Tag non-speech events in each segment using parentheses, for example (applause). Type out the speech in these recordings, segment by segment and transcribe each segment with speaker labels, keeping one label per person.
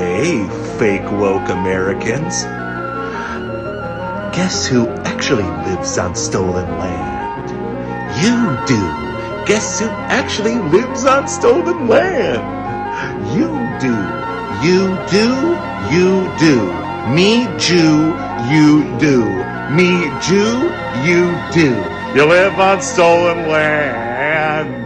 Speaker 1: Hey, fake woke Americans. Guess who actually lives on stolen land? You do. Guess who actually lives on stolen land? You do. You do. You do. Me Jew, you do. Me Jew, you do. You live on stolen land.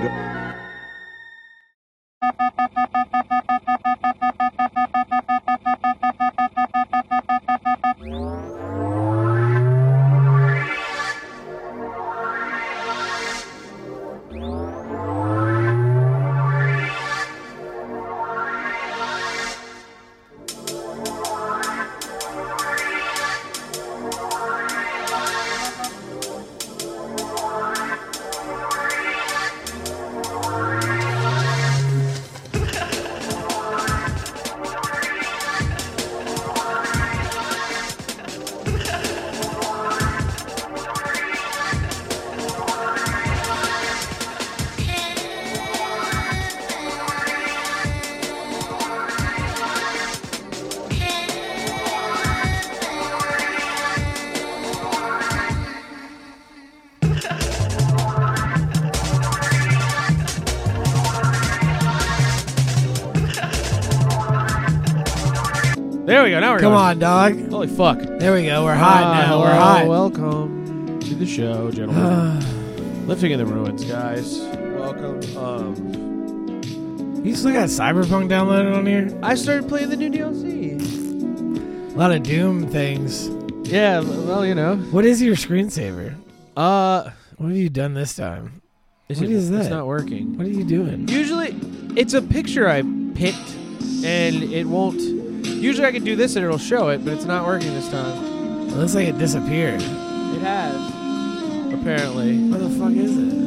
Speaker 2: There we go. Now we're
Speaker 3: Come
Speaker 2: going.
Speaker 3: on, dog.
Speaker 2: Holy fuck.
Speaker 3: There we go. We're hot now. We're
Speaker 2: Ah, Hello,
Speaker 3: hot.
Speaker 2: Welcome to the show, gentlemen.
Speaker 3: (sighs)
Speaker 2: Lifting in the ruins, guys. Welcome. Um,
Speaker 3: You still got Cyberpunk downloaded on here?
Speaker 2: I started playing the new DLC.
Speaker 3: A lot of Doom things.
Speaker 2: Yeah. Well, you know.
Speaker 3: What is your screensaver?
Speaker 2: Uh,
Speaker 3: What have you done this time?
Speaker 2: is
Speaker 3: What
Speaker 2: it,
Speaker 3: is
Speaker 2: It's
Speaker 3: that?
Speaker 2: not working.
Speaker 3: What are you doing?
Speaker 2: Usually, it's a picture I picked, and it won't. Usually, I can do this and it'll show it, but it's not working this time.
Speaker 3: It looks like it disappeared.
Speaker 2: It has, apparently.
Speaker 3: What the fuck is
Speaker 2: I don't
Speaker 3: it?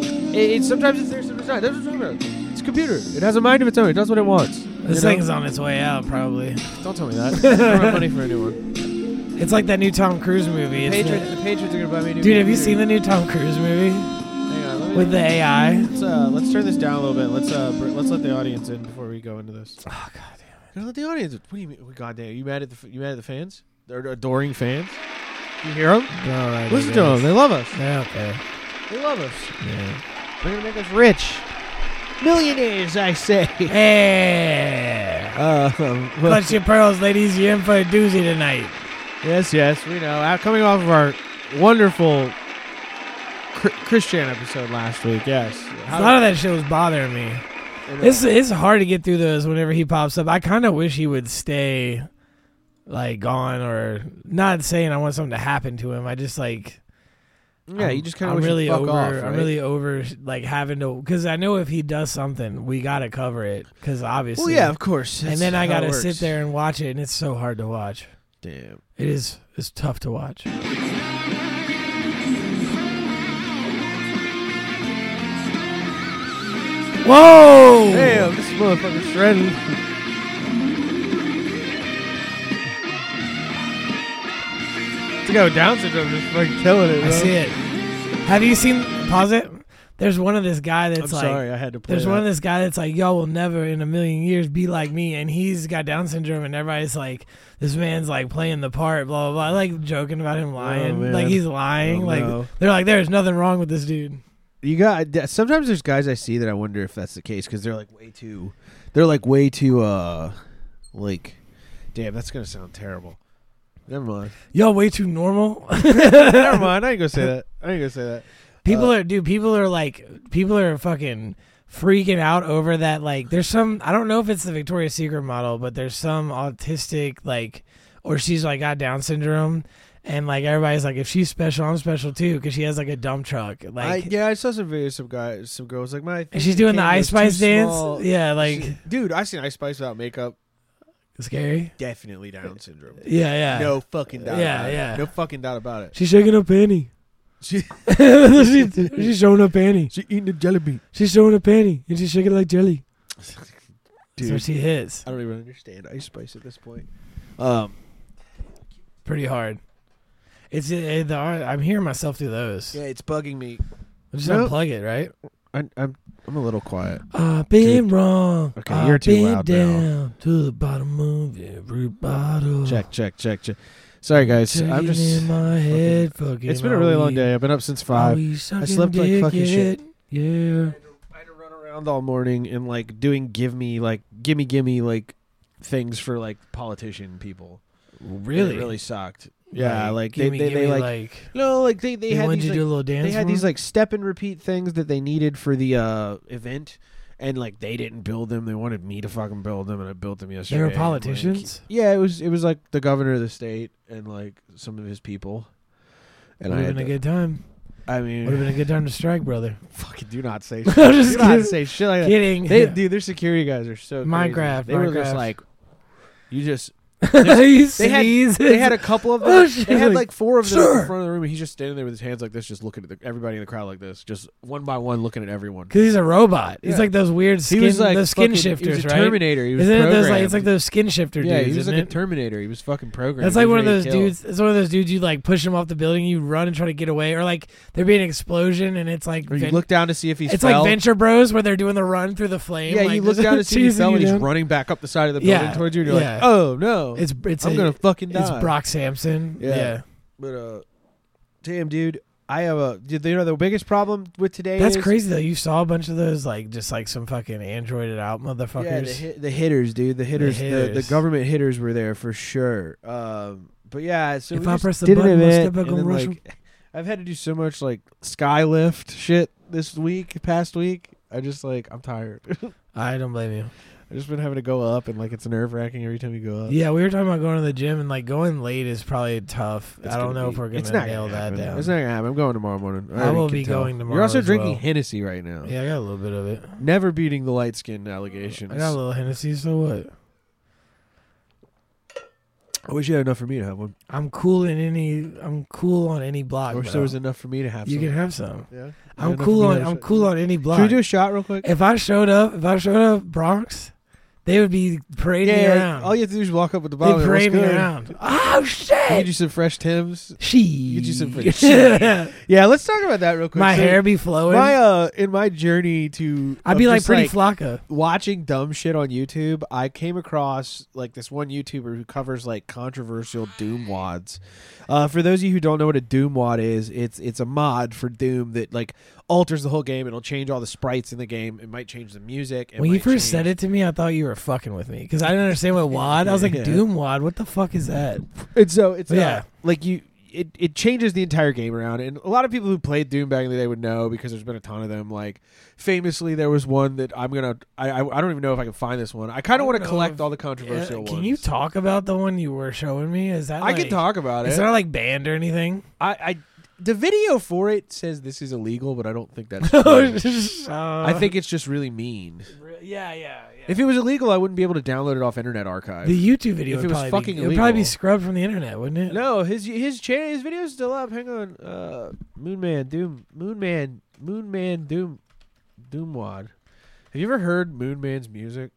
Speaker 2: know. It, it sometimes it's there, sometimes it's not. That's what I'm talking about. It's a computer. It has a mind of its own. It does what it wants.
Speaker 3: This
Speaker 2: You know?
Speaker 3: thing's on its way out, probably.
Speaker 2: Don't tell me
Speaker 3: (laughs)
Speaker 2: that. I want money for a new one.
Speaker 3: It's like that new Tom Cruise movie. It's
Speaker 2: Patriots,
Speaker 3: the-
Speaker 2: the Patriots are gonna buy me a new.
Speaker 3: dude, have you seen the new Tom Cruise movie
Speaker 2: Hang on, let me,
Speaker 3: with the AI?
Speaker 2: let's, uh, let's turn this down a little bit. Let's uh, br- let's let the audience in before we go into this.
Speaker 3: Oh god
Speaker 2: Gotta let the audience. in. What do you mean? Oh, God damn, you mad at the f- you mad at the fans? They're adoring fans. You hear them?
Speaker 3: damn. All right, I
Speaker 2: Listen to
Speaker 3: guess.
Speaker 2: them. They love us.
Speaker 3: Yeah, okay.
Speaker 2: They love us.
Speaker 3: Yeah.
Speaker 2: They're gonna make us rich, millionaires. I say.
Speaker 3: (laughs) Hey,
Speaker 2: Uh, um, well-
Speaker 3: clutch your pearls, ladies. You're in for a doozy tonight.
Speaker 2: Yes, yes, we know. Out- Coming off of our wonderful Chr- Christian episode last week, yes.
Speaker 3: A lot of that shit was bothering me. It's it's hard to get through those whenever he pops up. I kind of wish he would stay, like gone or not saying I want something to happen to him. I just like
Speaker 2: yeah,
Speaker 3: I'm-
Speaker 2: you just kind
Speaker 3: I'm
Speaker 2: of
Speaker 3: really
Speaker 2: fuck
Speaker 3: over.
Speaker 2: off.
Speaker 3: I'm
Speaker 2: right?
Speaker 3: really over like having to because I know if he does something, we gotta cover it because obviously.
Speaker 2: Well, yeah, of course.
Speaker 3: And
Speaker 2: That's
Speaker 3: then I
Speaker 2: how it
Speaker 3: gotta
Speaker 2: works.
Speaker 3: sit there and watch it, and it's so hard to watch.
Speaker 2: Damn.
Speaker 3: It is. It's tough to watch. Whoa!
Speaker 2: Damn, this motherfucker's shredding. to go down oh, syndrome, just fucking killing it.
Speaker 3: I see it. Have you seen? Pause it. There's one of this guy
Speaker 2: I'm
Speaker 3: that's like.
Speaker 2: sorry, I had to play.
Speaker 3: There's one of
Speaker 2: that.
Speaker 3: this guy that's like, y'all will never in a million years be like me, and he's got Down syndrome, and everybody's like, this man's like playing the part, blah blah blah, like joking about him lying,
Speaker 2: Oh, man.
Speaker 3: like he's lying,
Speaker 2: Oh,
Speaker 3: like
Speaker 2: no.
Speaker 3: they're like, there's nothing wrong with this dude.
Speaker 4: You got th- sometimes there's guys I see that I wonder if that's the case because they're like way too, they're like way too uh, like,
Speaker 2: Damn, that's gonna sound terrible. Never mind.
Speaker 3: (laughs) Y'all way
Speaker 2: (laughs)
Speaker 3: too normal. (laughs)
Speaker 2: Never mind. I ain't gonna say that. I ain't gonna say that.
Speaker 3: People
Speaker 2: Uh,
Speaker 3: are dude, people are like people are fucking freaking out over that like there's some I don't know if it's the Victoria's Secret model, but there's some autistic like or she's like got Down syndrome and like everybody's like if she's special, I'm special too because she has like a dump truck. Like
Speaker 2: I, yeah, I saw some videos. Some guys, some girls, like my.
Speaker 3: and she's doing the
Speaker 2: Cam
Speaker 3: Ice
Speaker 2: was too
Speaker 3: Spice dance.
Speaker 2: small.
Speaker 3: Yeah, like
Speaker 2: She- dude, I seen Ice Spice without makeup.
Speaker 3: scary.
Speaker 2: Definitely Down syndrome.
Speaker 3: Yeah, yeah.
Speaker 2: No fucking doubt.
Speaker 3: Yeah,
Speaker 2: about it.
Speaker 3: yeah.
Speaker 2: No fucking doubt about
Speaker 3: (laughs)
Speaker 2: it.
Speaker 3: She's shaking up
Speaker 2: (laughs)
Speaker 3: panty.
Speaker 2: She,
Speaker 3: she, she's showing up panty.
Speaker 2: she eating a jelly bean.
Speaker 3: She's showing up panty and she's shaking like jelly.
Speaker 4: dude,
Speaker 3: So she hits
Speaker 4: I don't even understand Ice Spice at this point. Um,
Speaker 3: pretty hard. uh, It's it, the I'm hearing myself through those.
Speaker 2: Yeah, it's bugging me.
Speaker 3: Just
Speaker 2: Nope.
Speaker 3: unplug it, right?
Speaker 2: I, I'm I'm a little quiet.
Speaker 3: I've been wrong.
Speaker 2: Okay,
Speaker 3: I've
Speaker 2: you're too
Speaker 3: been
Speaker 2: loud now.
Speaker 3: down to the bottom of every bottle.
Speaker 2: Check, check, check, check. Sorry guys,
Speaker 3: Taking
Speaker 2: I'm just.
Speaker 3: in my head. Fucking
Speaker 2: It's been a really
Speaker 3: are
Speaker 2: long
Speaker 3: we-
Speaker 2: day. I've been up since
Speaker 3: are
Speaker 2: five.
Speaker 3: we sucking
Speaker 2: slept like
Speaker 3: dick
Speaker 2: fucking shit.
Speaker 3: yet? Yeah.
Speaker 2: I had to run around all morning and like doing give me like gimme gimme like things for like politician people.
Speaker 3: Really?
Speaker 2: it really sucked. Yeah, like, they,
Speaker 3: gimme,
Speaker 2: they,
Speaker 3: gimme,
Speaker 2: they like, no like they they,
Speaker 3: they
Speaker 2: had
Speaker 3: wanted
Speaker 2: these,
Speaker 3: you to
Speaker 2: like,
Speaker 3: do a little dance.
Speaker 2: they had
Speaker 3: for
Speaker 2: these
Speaker 3: them?
Speaker 2: like step and repeat things that they needed for the uh event and like they didn't build them they wanted me to fucking build them and i built them yesterday
Speaker 3: they were
Speaker 2: and, like,
Speaker 3: politicians.
Speaker 2: yeah it was it was like the governor of the state and like some of his people and i
Speaker 3: Would have
Speaker 2: had
Speaker 3: been a
Speaker 2: to-
Speaker 3: good time.
Speaker 2: i
Speaker 3: Would have
Speaker 2: mean
Speaker 3: been a good time to strike, brother.
Speaker 2: (laughs) fucking do not
Speaker 3: (laughs)
Speaker 2: say shit.
Speaker 3: I'm just
Speaker 2: do not
Speaker 3: kidding.
Speaker 2: say shit like that
Speaker 3: Kidding.
Speaker 2: they
Speaker 3: (laughs)
Speaker 2: dude their security guys are so crazy.
Speaker 3: Minecraft,
Speaker 2: they were just
Speaker 3: Minecraft.
Speaker 2: like you
Speaker 3: (laughs)
Speaker 2: just
Speaker 3: He
Speaker 2: they had-
Speaker 3: sneezes.
Speaker 2: They had a couple of them.
Speaker 3: Oh, shit.
Speaker 2: they had like four of them in
Speaker 3: Sir.
Speaker 2: the front of the room, and he's just standing there with his hands like this, just looking at the, everybody in the crowd like this, just one by one looking at everyone.
Speaker 3: Cause he's a robot. He's
Speaker 2: Yeah.
Speaker 3: like those weird skin,
Speaker 2: he was like
Speaker 3: those skin
Speaker 2: fucking-
Speaker 3: shifters,
Speaker 2: he was a
Speaker 3: right?
Speaker 2: Terminator. He was
Speaker 3: Isn't it those like
Speaker 2: programmed.
Speaker 3: it's like those skin shifter
Speaker 2: yeah,
Speaker 3: dudes?
Speaker 2: he was
Speaker 3: isn't
Speaker 2: like a
Speaker 3: it?
Speaker 2: Terminator. He was fucking programmed.
Speaker 3: That's
Speaker 2: He
Speaker 3: like
Speaker 2: was
Speaker 3: one of
Speaker 2: ready
Speaker 3: those
Speaker 2: to kill.
Speaker 3: dudes. It's one of those dudes you like push him off the building, you run and try to get away, or like there be an explosion and it's like
Speaker 2: Or you
Speaker 3: ven-
Speaker 2: look down to see if he's
Speaker 3: it's
Speaker 2: fell.
Speaker 3: like Venture Bros where they're doing the run through the flame.
Speaker 2: yeah,
Speaker 3: like,
Speaker 2: you
Speaker 3: (laughs)
Speaker 2: look
Speaker 3: just
Speaker 2: down to see if he
Speaker 3: chasing
Speaker 2: fell,
Speaker 3: you
Speaker 2: and he's
Speaker 3: down.
Speaker 2: running back up the side of the building
Speaker 3: Yeah,
Speaker 2: towards you, and you're
Speaker 3: yeah.
Speaker 2: like, oh no,
Speaker 3: It's it's
Speaker 2: I'm
Speaker 3: a,
Speaker 2: gonna fucking die.
Speaker 3: it's Brock Sampson.
Speaker 2: Yeah.
Speaker 3: Yeah.
Speaker 2: But uh, damn, dude, I have a. Did you know the biggest problem with today?
Speaker 3: that's
Speaker 2: is-
Speaker 3: crazy though. You saw a bunch of those like just like some fucking androided out motherfuckers.
Speaker 2: Yeah, the, hit, the hitters, dude. The hitters, the, the,
Speaker 3: hitters.
Speaker 2: government hitters were there for sure. Um, but yeah, so
Speaker 3: If
Speaker 2: we
Speaker 3: I
Speaker 2: just
Speaker 3: press the
Speaker 2: did an
Speaker 3: button, my
Speaker 2: event,
Speaker 3: stepdad
Speaker 2: and
Speaker 3: gonna
Speaker 2: then,
Speaker 3: rush
Speaker 2: like, I've had to do so much like skylift shit this week, past week. I just like I'm tired. (laughs)
Speaker 3: I don't blame you.
Speaker 2: I've just been having to go up, and like it's nerve wracking every time you go up.
Speaker 3: Yeah, we were talking about going to the gym and like going late is probably tough.
Speaker 2: It's
Speaker 3: I don't
Speaker 2: gonna
Speaker 3: know
Speaker 2: be-
Speaker 3: if we're gonna
Speaker 2: it's not
Speaker 3: nail
Speaker 2: gonna
Speaker 3: that
Speaker 2: happen.
Speaker 3: down.
Speaker 2: It's not gonna happen. I'm going tomorrow morning.
Speaker 3: I
Speaker 2: already
Speaker 3: will
Speaker 2: can
Speaker 3: be
Speaker 2: tell.
Speaker 3: going tomorrow
Speaker 2: You're also
Speaker 3: as
Speaker 2: drinking
Speaker 3: well.
Speaker 2: Hennessy right now.
Speaker 3: yeah, I got a little bit of it.
Speaker 2: Never beating the light skin allegations.
Speaker 3: I got a little Hennessy, so what?
Speaker 2: I wish you had enough for me to have one.
Speaker 3: I'm cool in any. I'm cool on any block.
Speaker 2: I wish
Speaker 3: bro.
Speaker 2: there was enough for me to have.
Speaker 3: you
Speaker 2: some.
Speaker 3: can have some.
Speaker 2: yeah. I
Speaker 3: I'm
Speaker 2: had enough for
Speaker 3: cool
Speaker 2: me
Speaker 3: on.
Speaker 2: to have
Speaker 3: I'm
Speaker 2: some.
Speaker 3: cool on any block.
Speaker 2: Should we do a shot real quick?
Speaker 3: if I showed up, if I showed up Bronx, they would be parading me
Speaker 2: like,
Speaker 3: around.
Speaker 2: all you have to do is walk up with the bottle.
Speaker 3: they
Speaker 2: and
Speaker 3: parade
Speaker 2: oh, what's
Speaker 3: me
Speaker 2: good?
Speaker 3: around. Oh
Speaker 2: Get
Speaker 3: shit!
Speaker 2: you some fresh Tims.
Speaker 3: She.
Speaker 2: get you some fresh-
Speaker 3: (laughs)
Speaker 2: Yeah, let's talk about that real quick.
Speaker 3: My
Speaker 2: So,
Speaker 3: hair be flowing.
Speaker 2: my uh, in my journey to,
Speaker 3: I'd
Speaker 2: of
Speaker 3: be like
Speaker 2: just,
Speaker 3: pretty Flocka.
Speaker 2: watching dumb shit on YouTube. I came across like this one YouTuber who covers like controversial Doom wads. Uh, for those of you who don't know what a Doom wad is, it's it's a mod for Doom that like alters the whole game. It'll change all the sprites in the game. It might change the music. It
Speaker 3: When you
Speaker 2: might
Speaker 3: first
Speaker 2: change-
Speaker 3: said it to me, I thought you were fucking with me because I didn't understand what WAD. I was like,
Speaker 2: (laughs) Yeah.
Speaker 3: Doom WAD. What the fuck is that?
Speaker 2: And so it's yeah,
Speaker 3: Yeah.
Speaker 2: like you. It, it changes the entire game around, and a lot of people who played Doom back in the day would know because there's been a ton of them. Like, famously, there was one that I'm gonna I I, I don't even know if I can find this one. I kind
Speaker 3: I
Speaker 2: of want
Speaker 3: don't
Speaker 2: to
Speaker 3: know if-
Speaker 2: collect all the controversial
Speaker 3: Uh,
Speaker 2: ones.
Speaker 3: can you talk about the one you were showing me? Is that
Speaker 2: I
Speaker 3: like,
Speaker 2: can talk about
Speaker 3: Is
Speaker 2: it.
Speaker 3: that like banned or anything?
Speaker 2: I, I the video for it says this is illegal, but (laughs) I don't think
Speaker 3: (laughs)
Speaker 2: that's.
Speaker 3: Uh.
Speaker 2: true. I
Speaker 3: I
Speaker 2: think it's just really mean.
Speaker 3: Yeah, yeah, yeah.
Speaker 2: If it was illegal, I wouldn't be able to download it off Internet Archive.
Speaker 3: the YouTube video
Speaker 2: if
Speaker 3: would
Speaker 2: it was
Speaker 3: probably
Speaker 2: fucking
Speaker 3: be, it would probably be
Speaker 2: illegal.
Speaker 3: scrubbed from the internet, wouldn't it?
Speaker 2: No, his his channel his video's still up. Hang on. Uh Moon Man Doom Moon Man Moon Man Doom Doomwad. Have you ever heard Moon Man's music?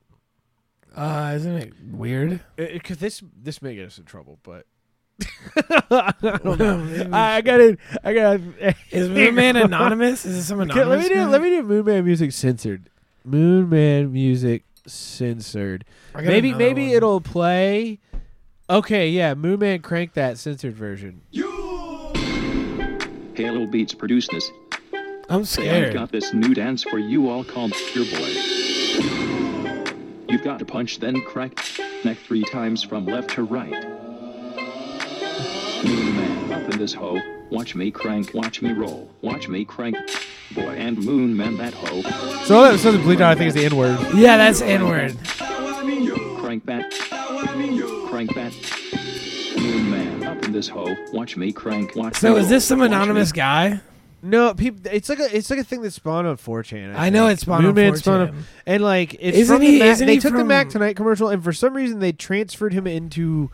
Speaker 3: Uh, isn't it weird?
Speaker 2: It, it- could this this may get us in trouble, (laughs) but I don't (laughs) know.
Speaker 3: is
Speaker 2: I, I got it. I got. (laughs)
Speaker 3: Moon Man anonymous? Is it some anonymous?
Speaker 2: Let me do.
Speaker 3: guy?
Speaker 2: Let me do Moon Man music censored. Moon Man music censored.
Speaker 3: I got
Speaker 2: Maybe
Speaker 3: another
Speaker 2: maybe
Speaker 3: one.
Speaker 2: it'll play. Okay, yeah, Moon Man crank that censored version.
Speaker 5: Halo Beats produced this.
Speaker 3: I'm
Speaker 5: And I've
Speaker 3: scared.
Speaker 5: got this new dance for you all called Pure Boy. You've got to punch then crack neck three times from left to right. Moon man up in this hoe. Watch me crank, watch me roll, watch me crank. Boy and Moon man that hoe.
Speaker 2: So all that says in Blue Dot, I think is the N word.
Speaker 3: Yeah, that's inward.
Speaker 5: Crank that. Crank that. Moon man up in this hoe. Watch me crank, watch me
Speaker 3: So is
Speaker 5: roll,
Speaker 3: this some
Speaker 5: watch me
Speaker 3: anonymous guy?
Speaker 2: No, people. It's like a it's like a thing that spawned on 4chan.
Speaker 3: I know it spawned on
Speaker 2: Moonman
Speaker 3: 4chan.
Speaker 2: and like it's
Speaker 3: Isn't
Speaker 2: from
Speaker 3: he-
Speaker 2: the Mac,
Speaker 3: isn't
Speaker 2: they
Speaker 3: he
Speaker 2: took the
Speaker 3: from-
Speaker 2: Mac Tonight commercial, and for some reason they transferred him into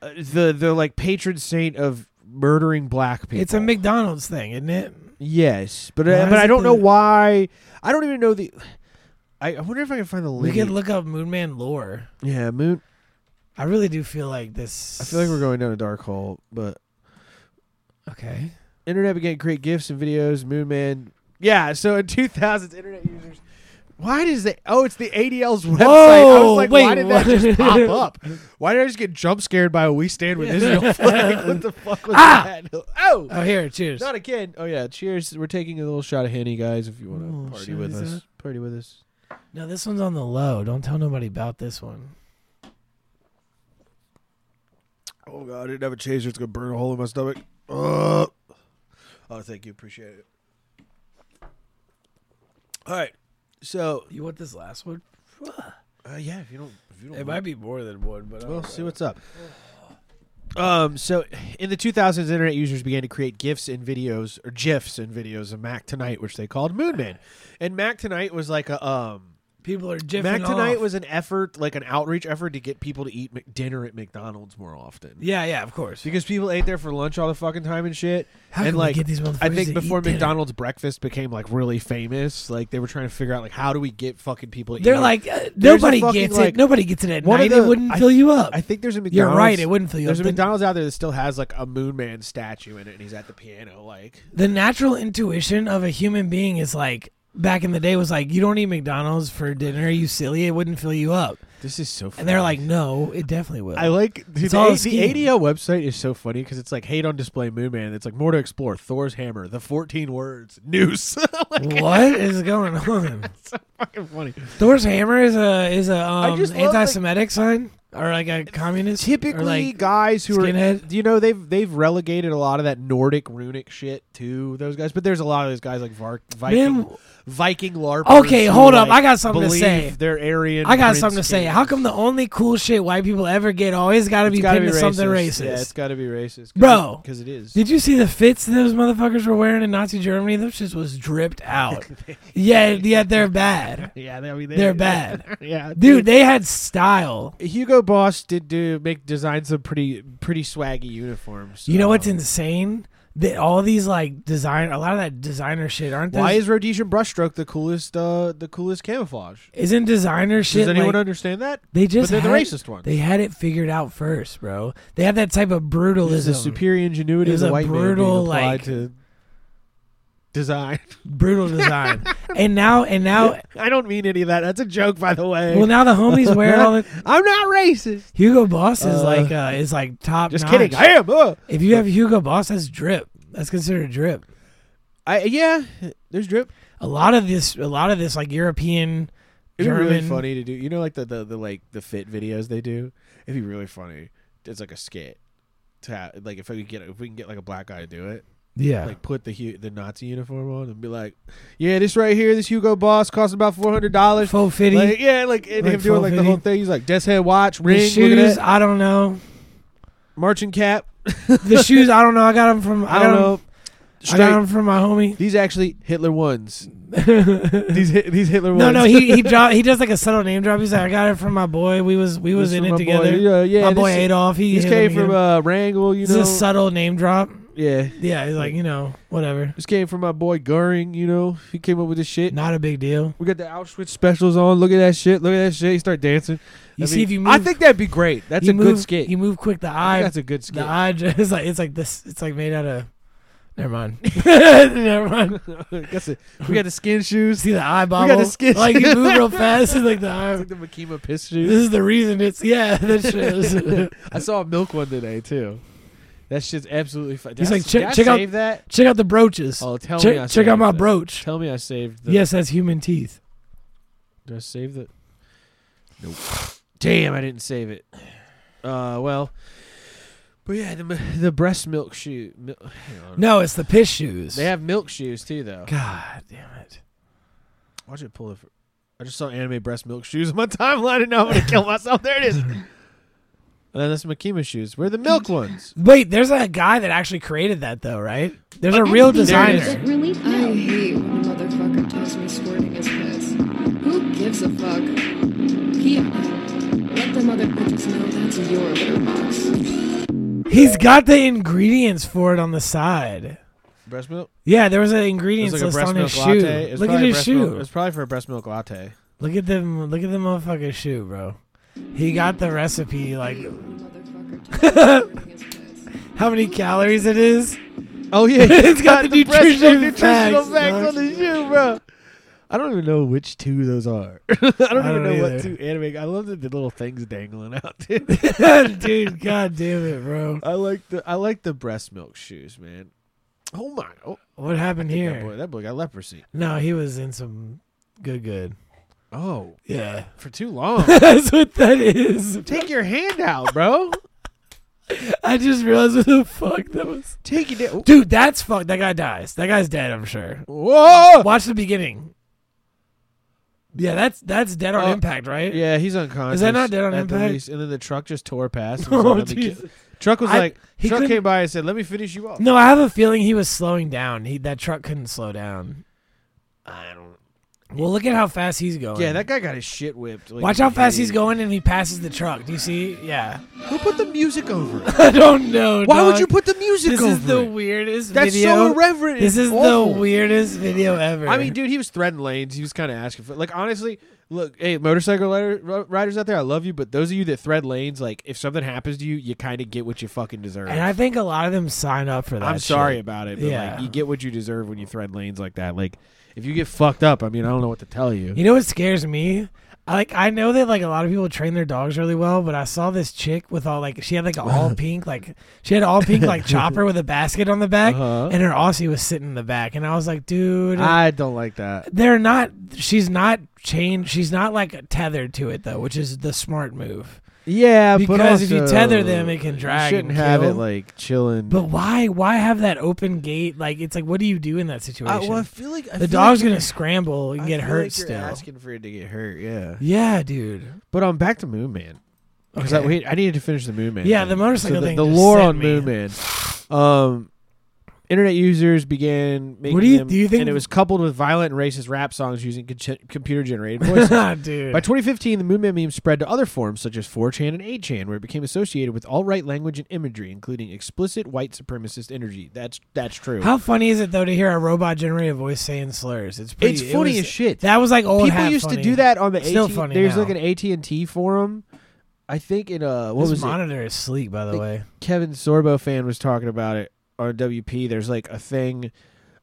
Speaker 2: uh, the the like patron saint of murdering black people.
Speaker 3: It's a McDonald's thing, isn't it?
Speaker 2: yes, but
Speaker 3: Why
Speaker 2: uh, but
Speaker 3: is
Speaker 2: I
Speaker 3: it
Speaker 2: don't know
Speaker 3: the-
Speaker 2: why. I don't even know the. I, I wonder if I can find the
Speaker 3: We
Speaker 2: link.
Speaker 3: could look up Moon Man lore.
Speaker 2: yeah, Moon.
Speaker 3: I really do feel like this.
Speaker 2: I feel like we're going down a dark hole, but
Speaker 3: Okay.
Speaker 2: internet began to create gifs and videos. Moon Man Yeah, so in (laughs) 2000s, internet users. Why does it? Oh, it's the ADL's website. I
Speaker 3: Whoa,
Speaker 2: was like, why
Speaker 3: wait,
Speaker 2: did
Speaker 3: what?
Speaker 2: that just pop
Speaker 3: (laughs)
Speaker 2: up? Why did I just get jump scared by a "We Stand with
Speaker 3: (laughs)
Speaker 2: Israel" flag? What the fuck was
Speaker 3: Ah!
Speaker 2: that? Oh,
Speaker 3: Oh, here, cheers.
Speaker 2: not again. Oh yeah, cheers. We're taking a little shot of henny, guys. If you want
Speaker 3: Oh,
Speaker 2: to party
Speaker 3: shit,
Speaker 2: with
Speaker 3: is
Speaker 2: us,
Speaker 3: that-
Speaker 2: party with us.
Speaker 3: No, this one's on the low. Don't tell nobody about this one.
Speaker 2: Oh god, I didn't have a chaser. It's gonna burn a hole in my stomach. Uh, oh, thank you. Appreciate it. All right. So
Speaker 3: You want this last one?
Speaker 2: uh, yeah, if you don't, if you don't,
Speaker 3: It might be more than one, but uh,
Speaker 2: We'll see what's up. Um, so in the 2000s, internet users began to create GIFs and videos, or GIFs and videos of Mac Tonight, which they called Moonman. And Mac Tonight was like a um,
Speaker 3: people are jiffing
Speaker 2: Mac Tonight
Speaker 3: off.
Speaker 2: was an effort, like an outreach effort to get people to eat Mc- dinner at McDonald's more often.
Speaker 3: Yeah, yeah, of course.
Speaker 2: Because people ate there for lunch all the fucking time and shit.
Speaker 3: How
Speaker 2: and
Speaker 3: can we
Speaker 2: like,
Speaker 3: get these
Speaker 2: I
Speaker 3: motherfuckers
Speaker 2: think
Speaker 3: to
Speaker 2: before
Speaker 3: eat dinner?
Speaker 2: McDonald's breakfast became like really famous, like they were trying to figure out like how do we get fucking people. To
Speaker 3: They're
Speaker 2: eat?
Speaker 3: like uh,
Speaker 2: There's a
Speaker 3: nobody
Speaker 2: fucking,
Speaker 3: gets
Speaker 2: like-
Speaker 3: it. Nobody gets it at
Speaker 2: One of
Speaker 3: night.
Speaker 2: the-
Speaker 3: it wouldn't
Speaker 2: I-
Speaker 3: fill you up.
Speaker 2: I think there's a McDonald's.
Speaker 3: You're right. It wouldn't fill you
Speaker 2: There's a
Speaker 3: up. The,
Speaker 2: McDonald's out there that still has like a Moon Man statue in it, and he's at the piano. Like,
Speaker 3: the natural intuition of a human being is like back in the day was like you don't eat McDonald's for dinner. You silly. It wouldn't fill you up.
Speaker 2: this is so. funny.
Speaker 3: And they're like, no, it definitely will.
Speaker 2: I like dude,
Speaker 3: It's
Speaker 2: the,
Speaker 3: all a
Speaker 2: A- the
Speaker 3: scheme.
Speaker 2: ADL website is so funny because it's like hate on display Moon Man. It's like more to explore Thor's hammer, the 14 words noose. (laughs) like,
Speaker 3: what is going on?
Speaker 2: it's so fucking funny.
Speaker 3: Thor's hammer is a is a um,
Speaker 2: just love, like-
Speaker 3: anti-Semitic sign or like a communist. or,
Speaker 2: Typically,
Speaker 3: like,
Speaker 2: guys who
Speaker 3: skinhead?
Speaker 2: are you know they've they've relegated a lot of that Nordic runic shit to those guys, but there's a lot of those guys like Vark, Viking
Speaker 3: Man,
Speaker 2: Viking LARP.
Speaker 3: Okay, hold up. I got something to say.
Speaker 2: They're Aryan.
Speaker 3: I got
Speaker 2: prince
Speaker 3: something to say.
Speaker 2: king.
Speaker 3: How come the only cool shit white people ever get always got to
Speaker 2: It's
Speaker 3: be
Speaker 2: gotta
Speaker 3: pinned to something
Speaker 2: Yeah,
Speaker 3: racist?
Speaker 2: it's got to be racist,
Speaker 3: Bro.
Speaker 2: because it is.
Speaker 3: Did you see the fits those motherfuckers were wearing in Nazi Germany? Those shits was dripped
Speaker 2: (laughs)
Speaker 3: out. yeah, yeah, they're bad.
Speaker 2: yeah, I mean, they,
Speaker 3: They're bad.
Speaker 2: (laughs) yeah,
Speaker 3: Dude, they had style.
Speaker 2: Hugo Boss did do make design some pretty pretty swaggy uniforms.
Speaker 3: You know
Speaker 2: Uh,
Speaker 3: what's insane? That all these like design, a lot of that designer shit aren't.
Speaker 2: Why
Speaker 3: those-
Speaker 2: is Rhodesian brushstroke the coolest? Uh, the coolest camouflage.
Speaker 3: isn't designer shit?
Speaker 2: Does anyone
Speaker 3: like-
Speaker 2: understand that?
Speaker 3: They just
Speaker 2: they're the
Speaker 3: had-
Speaker 2: racist ones.
Speaker 3: They had it figured out first, bro. They have that type of brutalism,
Speaker 2: It's the superior ingenuity
Speaker 3: It
Speaker 2: of
Speaker 3: was
Speaker 2: the
Speaker 3: a
Speaker 2: white man
Speaker 3: brutal,
Speaker 2: being applied
Speaker 3: like-
Speaker 2: to design. (laughs)
Speaker 3: brutal design. and now, and now,
Speaker 2: I don't mean any of that. That's a joke, by the way.
Speaker 3: well, now the homies wear
Speaker 2: (laughs)
Speaker 3: all the
Speaker 2: I'm not racist.
Speaker 3: Hugo Boss is
Speaker 2: Uh,
Speaker 3: like uh, is like top.
Speaker 2: Just
Speaker 3: notch.
Speaker 2: kidding. I am. uh.
Speaker 3: If you have Hugo Boss, that's drip. That's considered drip.
Speaker 2: I yeah. There's drip.
Speaker 3: A lot of this, a lot of this, like European,
Speaker 2: It'd
Speaker 3: German.
Speaker 2: be really funny to do. You know, like the, the, the like the fit videos they do. It'd be really funny. It's like a skit. To ha- like if we could get if we can get like a black guy to do it,
Speaker 3: Yeah,
Speaker 2: like put the hu- the Nazi uniform on and be like, yeah, this right here, this Hugo Boss costs about four hundred dollars.
Speaker 3: full fitty.
Speaker 2: Like, yeah, like and
Speaker 3: Like
Speaker 2: him doing like the whole
Speaker 3: 450.
Speaker 2: thing. He's like death's head watch
Speaker 3: the
Speaker 2: ring, look at
Speaker 3: shoes,
Speaker 2: that
Speaker 3: I don't know.
Speaker 2: marching cap.
Speaker 3: The shoes, I don't know. I got them from.
Speaker 2: (laughs)
Speaker 3: I,
Speaker 2: I don't know.
Speaker 3: I got
Speaker 2: Straight.
Speaker 3: them from my homie.
Speaker 2: These actually Hitler
Speaker 3: (laughs)
Speaker 2: ones. these Hit- these Hitler ones.
Speaker 3: No,
Speaker 2: (laughs)
Speaker 3: no, he he drop, he does like a subtle name drop. He's like, I got it from my boy. We was we was
Speaker 2: This
Speaker 3: in
Speaker 2: from
Speaker 3: it
Speaker 2: my
Speaker 3: together.
Speaker 2: Boy. Yeah, yeah,
Speaker 3: my
Speaker 2: this-
Speaker 3: boy Adolf. He
Speaker 2: This
Speaker 3: hit
Speaker 2: came
Speaker 3: him
Speaker 2: from
Speaker 3: again.
Speaker 2: uh, Wrangell, you
Speaker 3: This is a
Speaker 2: know.
Speaker 3: subtle name drop.
Speaker 2: Yeah,
Speaker 3: Yeah, he's like you know whatever,
Speaker 2: This came from my boy Goering, you know. He came up with this shit.
Speaker 3: not a big deal.
Speaker 2: We got the Auschwitz specials on. Look at that shit. Look at that shit. He start dancing.
Speaker 3: You
Speaker 2: I
Speaker 3: see
Speaker 2: mean,
Speaker 3: if you move.
Speaker 2: I think that'd be great. That's
Speaker 3: you
Speaker 2: a
Speaker 3: move-
Speaker 2: good skit.
Speaker 3: You move quick. The
Speaker 2: I
Speaker 3: eye.
Speaker 2: think that's a good skit.
Speaker 3: The eye (laughs) just it's like it's like this. It's like made out of.
Speaker 2: (laughs)
Speaker 3: Never mind. (laughs) Never mind.
Speaker 2: (laughs) That's it. We got the skin shoes. (laughs)
Speaker 3: See the eye bobble.
Speaker 2: a skit.
Speaker 3: Like you move
Speaker 2: (laughs)
Speaker 3: real fast. (laughs) It's like the eye.
Speaker 2: It's like the Makima
Speaker 3: (laughs)
Speaker 2: piss
Speaker 3: This
Speaker 2: shoes.
Speaker 3: is the reason it's yeah. (laughs) That
Speaker 2: (laughs)
Speaker 3: shit. is-
Speaker 2: I saw a milk one today too. That shit's absolutely fun.
Speaker 3: He's
Speaker 2: Did I-
Speaker 3: like, check-
Speaker 2: did I
Speaker 3: check out-
Speaker 2: save that.
Speaker 3: check out the brooches.
Speaker 2: Oh, tell me. I
Speaker 3: check check
Speaker 2: saved
Speaker 3: out my
Speaker 2: that.
Speaker 3: brooch.
Speaker 2: Tell me I saved. The,
Speaker 3: Yes, that's human teeth.
Speaker 2: Did I save the? Nope. Damn, I didn't save it. Uh, well. But yeah, the the breast milk shoe. Mil- hang on.
Speaker 3: No, it's the piss shoes.
Speaker 2: They have milk shoes too, though.
Speaker 3: God damn it.
Speaker 2: Watch it pull it. For- I just saw anime breast milk shoes on my (laughs) timeline, and now I'm gonna kill myself. There (laughs) it is. And then that's Makima shoes. Where are the milk ones?
Speaker 3: Wait, there's a guy that actually created that though, right? There's a real
Speaker 6: Does it
Speaker 3: designer.
Speaker 6: really feel? I hate when a motherfucker tells me squirting is piss. Who gives a fuck? Pee on it. Let them other bitches know that's your litter box.
Speaker 3: He's got the ingredients for it on the side.
Speaker 2: Breast milk.
Speaker 3: Yeah, there was an
Speaker 2: It's
Speaker 3: ingredients
Speaker 2: like a
Speaker 3: list
Speaker 2: breast
Speaker 3: on his
Speaker 2: milk
Speaker 3: shoe.
Speaker 2: latte. It's
Speaker 3: Look at
Speaker 2: probably a
Speaker 3: his
Speaker 2: breast
Speaker 3: shoe.
Speaker 2: milk- It's probably for a breast milk latte.
Speaker 3: Look at them. Look at the motherfucker's shoe, bro. He got the recipe. Like
Speaker 6: Motherfucker tells me squirting is piss.
Speaker 3: how many calories it is? (laughs)
Speaker 2: Oh yeah, (laughs)
Speaker 3: It's got the
Speaker 2: fresh
Speaker 3: nutrition
Speaker 2: nutritional
Speaker 3: facts,
Speaker 2: facts
Speaker 3: dog.
Speaker 2: on the shoe, bro. I don't even know which two those are. (laughs) I don't even
Speaker 3: don't
Speaker 2: know what two
Speaker 3: either.
Speaker 2: anime. I love that the little things dangling out. (laughs) Dude.
Speaker 3: Dude, god damn it, bro.
Speaker 2: I like the I like the breast milk shoes, man. Oh my! Oh,
Speaker 3: What happened
Speaker 2: That boy,
Speaker 3: here?
Speaker 2: that boy got leprosy.
Speaker 3: No, he was in some good good.
Speaker 2: Oh,
Speaker 3: Yeah.
Speaker 2: for too long. (laughs)
Speaker 3: (laughs) That's what that is.
Speaker 2: Take your hand out, bro.
Speaker 3: I just realized what the fuck that was.
Speaker 2: Take your. Da-
Speaker 3: Dude, that's fuck. That guy dies. That guy's dead, I'm sure.
Speaker 2: Whoa!
Speaker 3: Watch the beginning. Yeah, that's that's dead on
Speaker 2: Oh,
Speaker 3: impact, right?
Speaker 2: Yeah, he's unconscious.
Speaker 3: not dead on
Speaker 2: at the
Speaker 3: impact?
Speaker 2: least. And then the truck just tore
Speaker 3: (laughs)
Speaker 2: past. and was like,
Speaker 3: Oh,
Speaker 2: "Let me
Speaker 3: Jesus.
Speaker 2: get-" truck was
Speaker 3: I-
Speaker 2: like,
Speaker 3: he
Speaker 2: truck
Speaker 3: couldn't-
Speaker 2: came by and said, "Let me finish you off."
Speaker 3: No, I have a feeling he was slowing down. He that truck couldn't slow down.
Speaker 2: I don't.
Speaker 3: Well, look at how fast he's going.
Speaker 2: Yeah, that guy got his shit whipped. like,
Speaker 3: Watch how fast he's
Speaker 2: hey.
Speaker 3: going, and he passes the truck. Do you see?
Speaker 2: (laughs)
Speaker 3: Yeah. (laughs)
Speaker 2: Who put the music over? it?
Speaker 3: I don't know.
Speaker 2: Why would
Speaker 3: dog.
Speaker 2: you put the music
Speaker 3: This
Speaker 2: over?
Speaker 3: is the
Speaker 2: it?
Speaker 3: weirdest
Speaker 2: That's
Speaker 3: video.
Speaker 2: so irreverent.
Speaker 3: This
Speaker 2: It's
Speaker 3: is
Speaker 2: awful.
Speaker 3: the weirdest video ever.
Speaker 2: I mean, dude, he was threading lanes. He was kind of asking for like honestly. Look, hey, motorcycle rider, ri- riders out there, I love you, but those of you that thread lanes, like if something happens to you, you kind of get what you fucking deserve.
Speaker 3: and I think a lot of them sign up for that.
Speaker 2: I'm sorry
Speaker 3: shit.
Speaker 2: about it, but
Speaker 3: Yeah.
Speaker 2: like you get what you deserve when you thread lanes like that. Like if you get fucked up, I mean, I don't know what to tell you.
Speaker 3: You know what scares me? I, like I know that like a lot of people train their dogs really well, but I saw this chick with all like she had like
Speaker 2: (laughs)
Speaker 3: an all pink like she had an all pink like chopper with a basket on the back,
Speaker 2: Uh-huh. Ah.
Speaker 3: and her Aussie was sitting in the back, and I was like, dude,
Speaker 2: I don't like that.
Speaker 3: they're not. She's not chained. She's not like tethered to it though, which is the smart move.
Speaker 2: Yeah, but
Speaker 3: Because if you
Speaker 2: also,
Speaker 3: tether them, it can drag
Speaker 2: You shouldn't
Speaker 3: and
Speaker 2: have
Speaker 3: kill.
Speaker 2: it like chilling.
Speaker 3: But why? Why have that open gate? Like it's like, what do you do in that situation?
Speaker 2: Uh, feel like
Speaker 3: the dog's gonna scramble and get hurt still.
Speaker 2: Asking for it to get hurt, yeah.
Speaker 3: Yeah, dude.
Speaker 2: But I'm back to Moon Man. Because I,
Speaker 3: Okay.
Speaker 2: wait, I needed to finish the Moon Man.
Speaker 3: Yeah,
Speaker 2: thing.
Speaker 3: the motorcycle
Speaker 2: So the,
Speaker 3: thing
Speaker 2: The
Speaker 3: just
Speaker 2: lore
Speaker 3: sent
Speaker 2: on
Speaker 3: me.
Speaker 2: Moon Man. Um, internet users began making.
Speaker 3: What do you-
Speaker 2: them-
Speaker 3: do you think-
Speaker 2: And it was coupled with violent and racist rap songs using con- computer generated
Speaker 3: (laughs)
Speaker 2: voices.
Speaker 3: dude.
Speaker 2: By 2015, the Moon Man meme spread to other forums such as 4chan and 8chan, where it became associated with all right language and imagery, including explicit white supremacist energy. That's that's true.
Speaker 3: How funny is it though to hear a robot generate a voice saying slurs? It's pretty,
Speaker 2: it's
Speaker 3: it
Speaker 2: funny
Speaker 3: was-
Speaker 2: as shit.
Speaker 3: That was like old.
Speaker 2: People
Speaker 3: hat
Speaker 2: used
Speaker 3: funny.
Speaker 2: to do that on the
Speaker 3: Still
Speaker 2: 18
Speaker 3: funny
Speaker 2: There's
Speaker 3: now.
Speaker 2: like an AT and T forum. I think in uh what
Speaker 3: this
Speaker 2: was it?
Speaker 3: monitor is sleek, by the
Speaker 2: Like-
Speaker 3: way.
Speaker 2: Kevin Sorbo fan was talking about it on WP. There's like a thing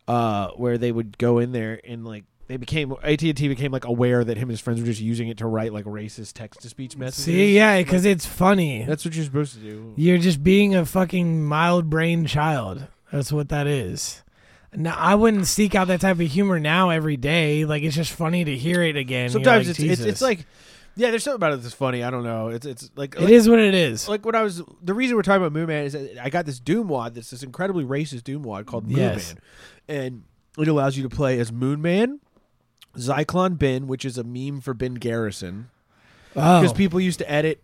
Speaker 2: uh, where they would go in there and like they became AT and T became like aware that him and his friends were just using it to write like racist text to speech messages.
Speaker 3: See, yeah, because it's funny.
Speaker 2: that's what you're supposed to do.
Speaker 3: You're just being a fucking mild brained child. That's what that is. Now I wouldn't seek out that type of humor now every day. Like it's just funny to hear it again. You're
Speaker 2: Sometimes
Speaker 3: like,
Speaker 2: it's, it's
Speaker 3: "Jesus."
Speaker 2: it's like yeah, there's something about it that's funny. I don't know. It's it's like
Speaker 3: it is what it is.
Speaker 2: like when I was the reason we're talking about Moon Man is that I got this Doom wad that's this incredibly racist Doom wad called Moon
Speaker 3: Yes.
Speaker 2: Man, and it allows you to play as Moon Man, Zyklon Ben, which is a meme for Ben Garrison
Speaker 3: Oh,
Speaker 2: because people used to edit.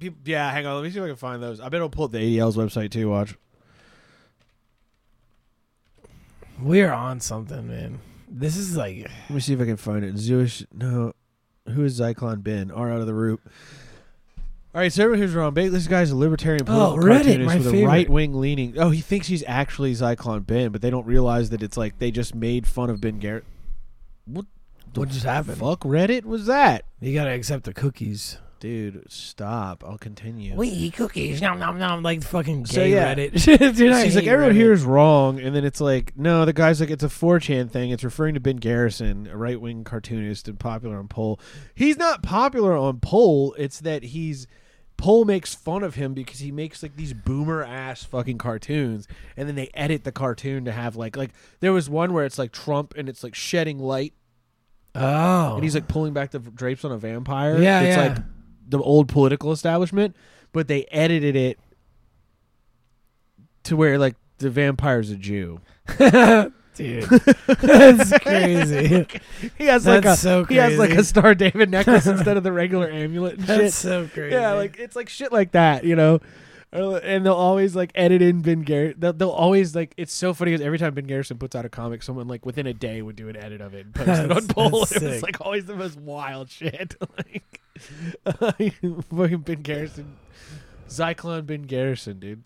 Speaker 2: peop yeah, hang on, let me see if I can find those. I bet I'll pull up the ADL's website too. Watch.
Speaker 3: we're on something, man. This is like
Speaker 2: Let me see if I can find it. Jewish. No. Who is Zyklon Ben? R out of the root. All right, so everyone who's wrong. Ba- This guy's a libertarian
Speaker 3: Oh,
Speaker 2: political
Speaker 3: Reddit,
Speaker 2: cartoonist
Speaker 3: my
Speaker 2: with a
Speaker 3: favorite.
Speaker 2: right-wing leaning. Oh, he thinks he's actually Zyklon Ben, but they don't realize that it's like they just made fun of Ben Garrett. What the
Speaker 3: what just happened.
Speaker 2: fuck Reddit was that?
Speaker 3: You gotta accept the cookies.
Speaker 2: Dude, stop. I'll continue.
Speaker 3: We eat cookies. Nom nom nom. Like fucking gay
Speaker 2: So, yeah. (laughs)
Speaker 3: Reddit. Dude, I
Speaker 2: He's like,
Speaker 3: hate
Speaker 2: everyone
Speaker 3: Reddit.
Speaker 2: here is wrong, and then it's like, no, the guy's like, it's a 4chan thing. It's referring to Ben Garrison, a right wing cartoonist and popular on Poll. He's not popular on Poll. It's that he's Poll makes fun of him because he makes like these boomer ass fucking cartoons, and then they edit the cartoon to have like like there was one where it's like Trump and it's like shedding light,
Speaker 3: Oh, (laughs)
Speaker 2: and he's like pulling back the v- drapes on a vampire.
Speaker 3: Yeah,
Speaker 2: it's
Speaker 3: yeah.
Speaker 2: like the old political establishment, but they edited it to where like the vampire's a Jew.
Speaker 3: (laughs) dude, that's crazy.
Speaker 2: (laughs) He has
Speaker 3: That's
Speaker 2: like a
Speaker 3: so
Speaker 2: he has like a
Speaker 3: crazy.
Speaker 2: Star David necklace instead of the regular amulet and
Speaker 3: (laughs) That's
Speaker 2: (laughs) shit.
Speaker 3: so crazy.
Speaker 2: Yeah, like it's like shit like that, you know. Or- And they'll always like edit in Ben Garrison. They'll, they'll always like it's so funny because every time Ben Garrison puts out a comic, someone like within a day would do an edit of it and post it
Speaker 3: That's-
Speaker 2: on (laughs) poll.
Speaker 3: that's
Speaker 2: It was
Speaker 3: sick.
Speaker 2: like always the most wild shit. (laughs) like fucking Ben Garrison, Zyklon Ben Garrison, dude.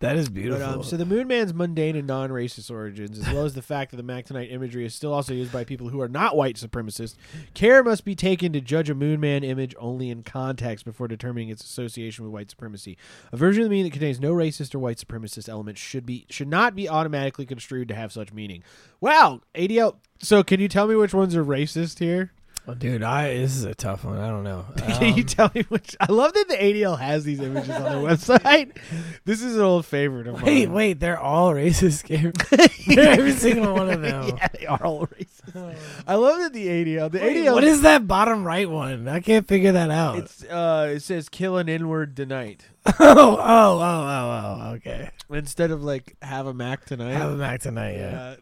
Speaker 3: That is
Speaker 2: But,
Speaker 3: beautiful.
Speaker 2: um, so the Moon Man's mundane and non-racist origins, as well as the fact that the Mactonite imagery is still also used by people who are not white supremacists, care must be taken to judge a Moon Man image only in context before determining its association with white supremacy. A version of the meme that contains no racist or white supremacist elements should be should not be automatically construed to have such meaning. Wow, ADL. So can you tell me which ones are racist here? (laughs)
Speaker 3: Oh, dude, I this is a tough one. I don't know.
Speaker 2: Can you
Speaker 3: Um,
Speaker 2: tell me which? I love that the ADL has these images on their
Speaker 3: (laughs)
Speaker 2: website. This is an old favorite of
Speaker 3: wait,
Speaker 2: mine.
Speaker 3: wait, they're all racist (laughs) games.
Speaker 2: (laughs)
Speaker 3: Every single one of them. Oh.
Speaker 2: Yeah, they are all racist. I love that the ADL. The ADL.
Speaker 3: What is that bottom right one? I can't figure that out.
Speaker 2: It's uh, it says kill an inward tonight
Speaker 3: (laughs) oh, oh, oh, oh, oh. Okay.
Speaker 2: instead of like have a Mac tonight.
Speaker 3: Have
Speaker 2: (laughs)
Speaker 3: them back tonight. Yeah.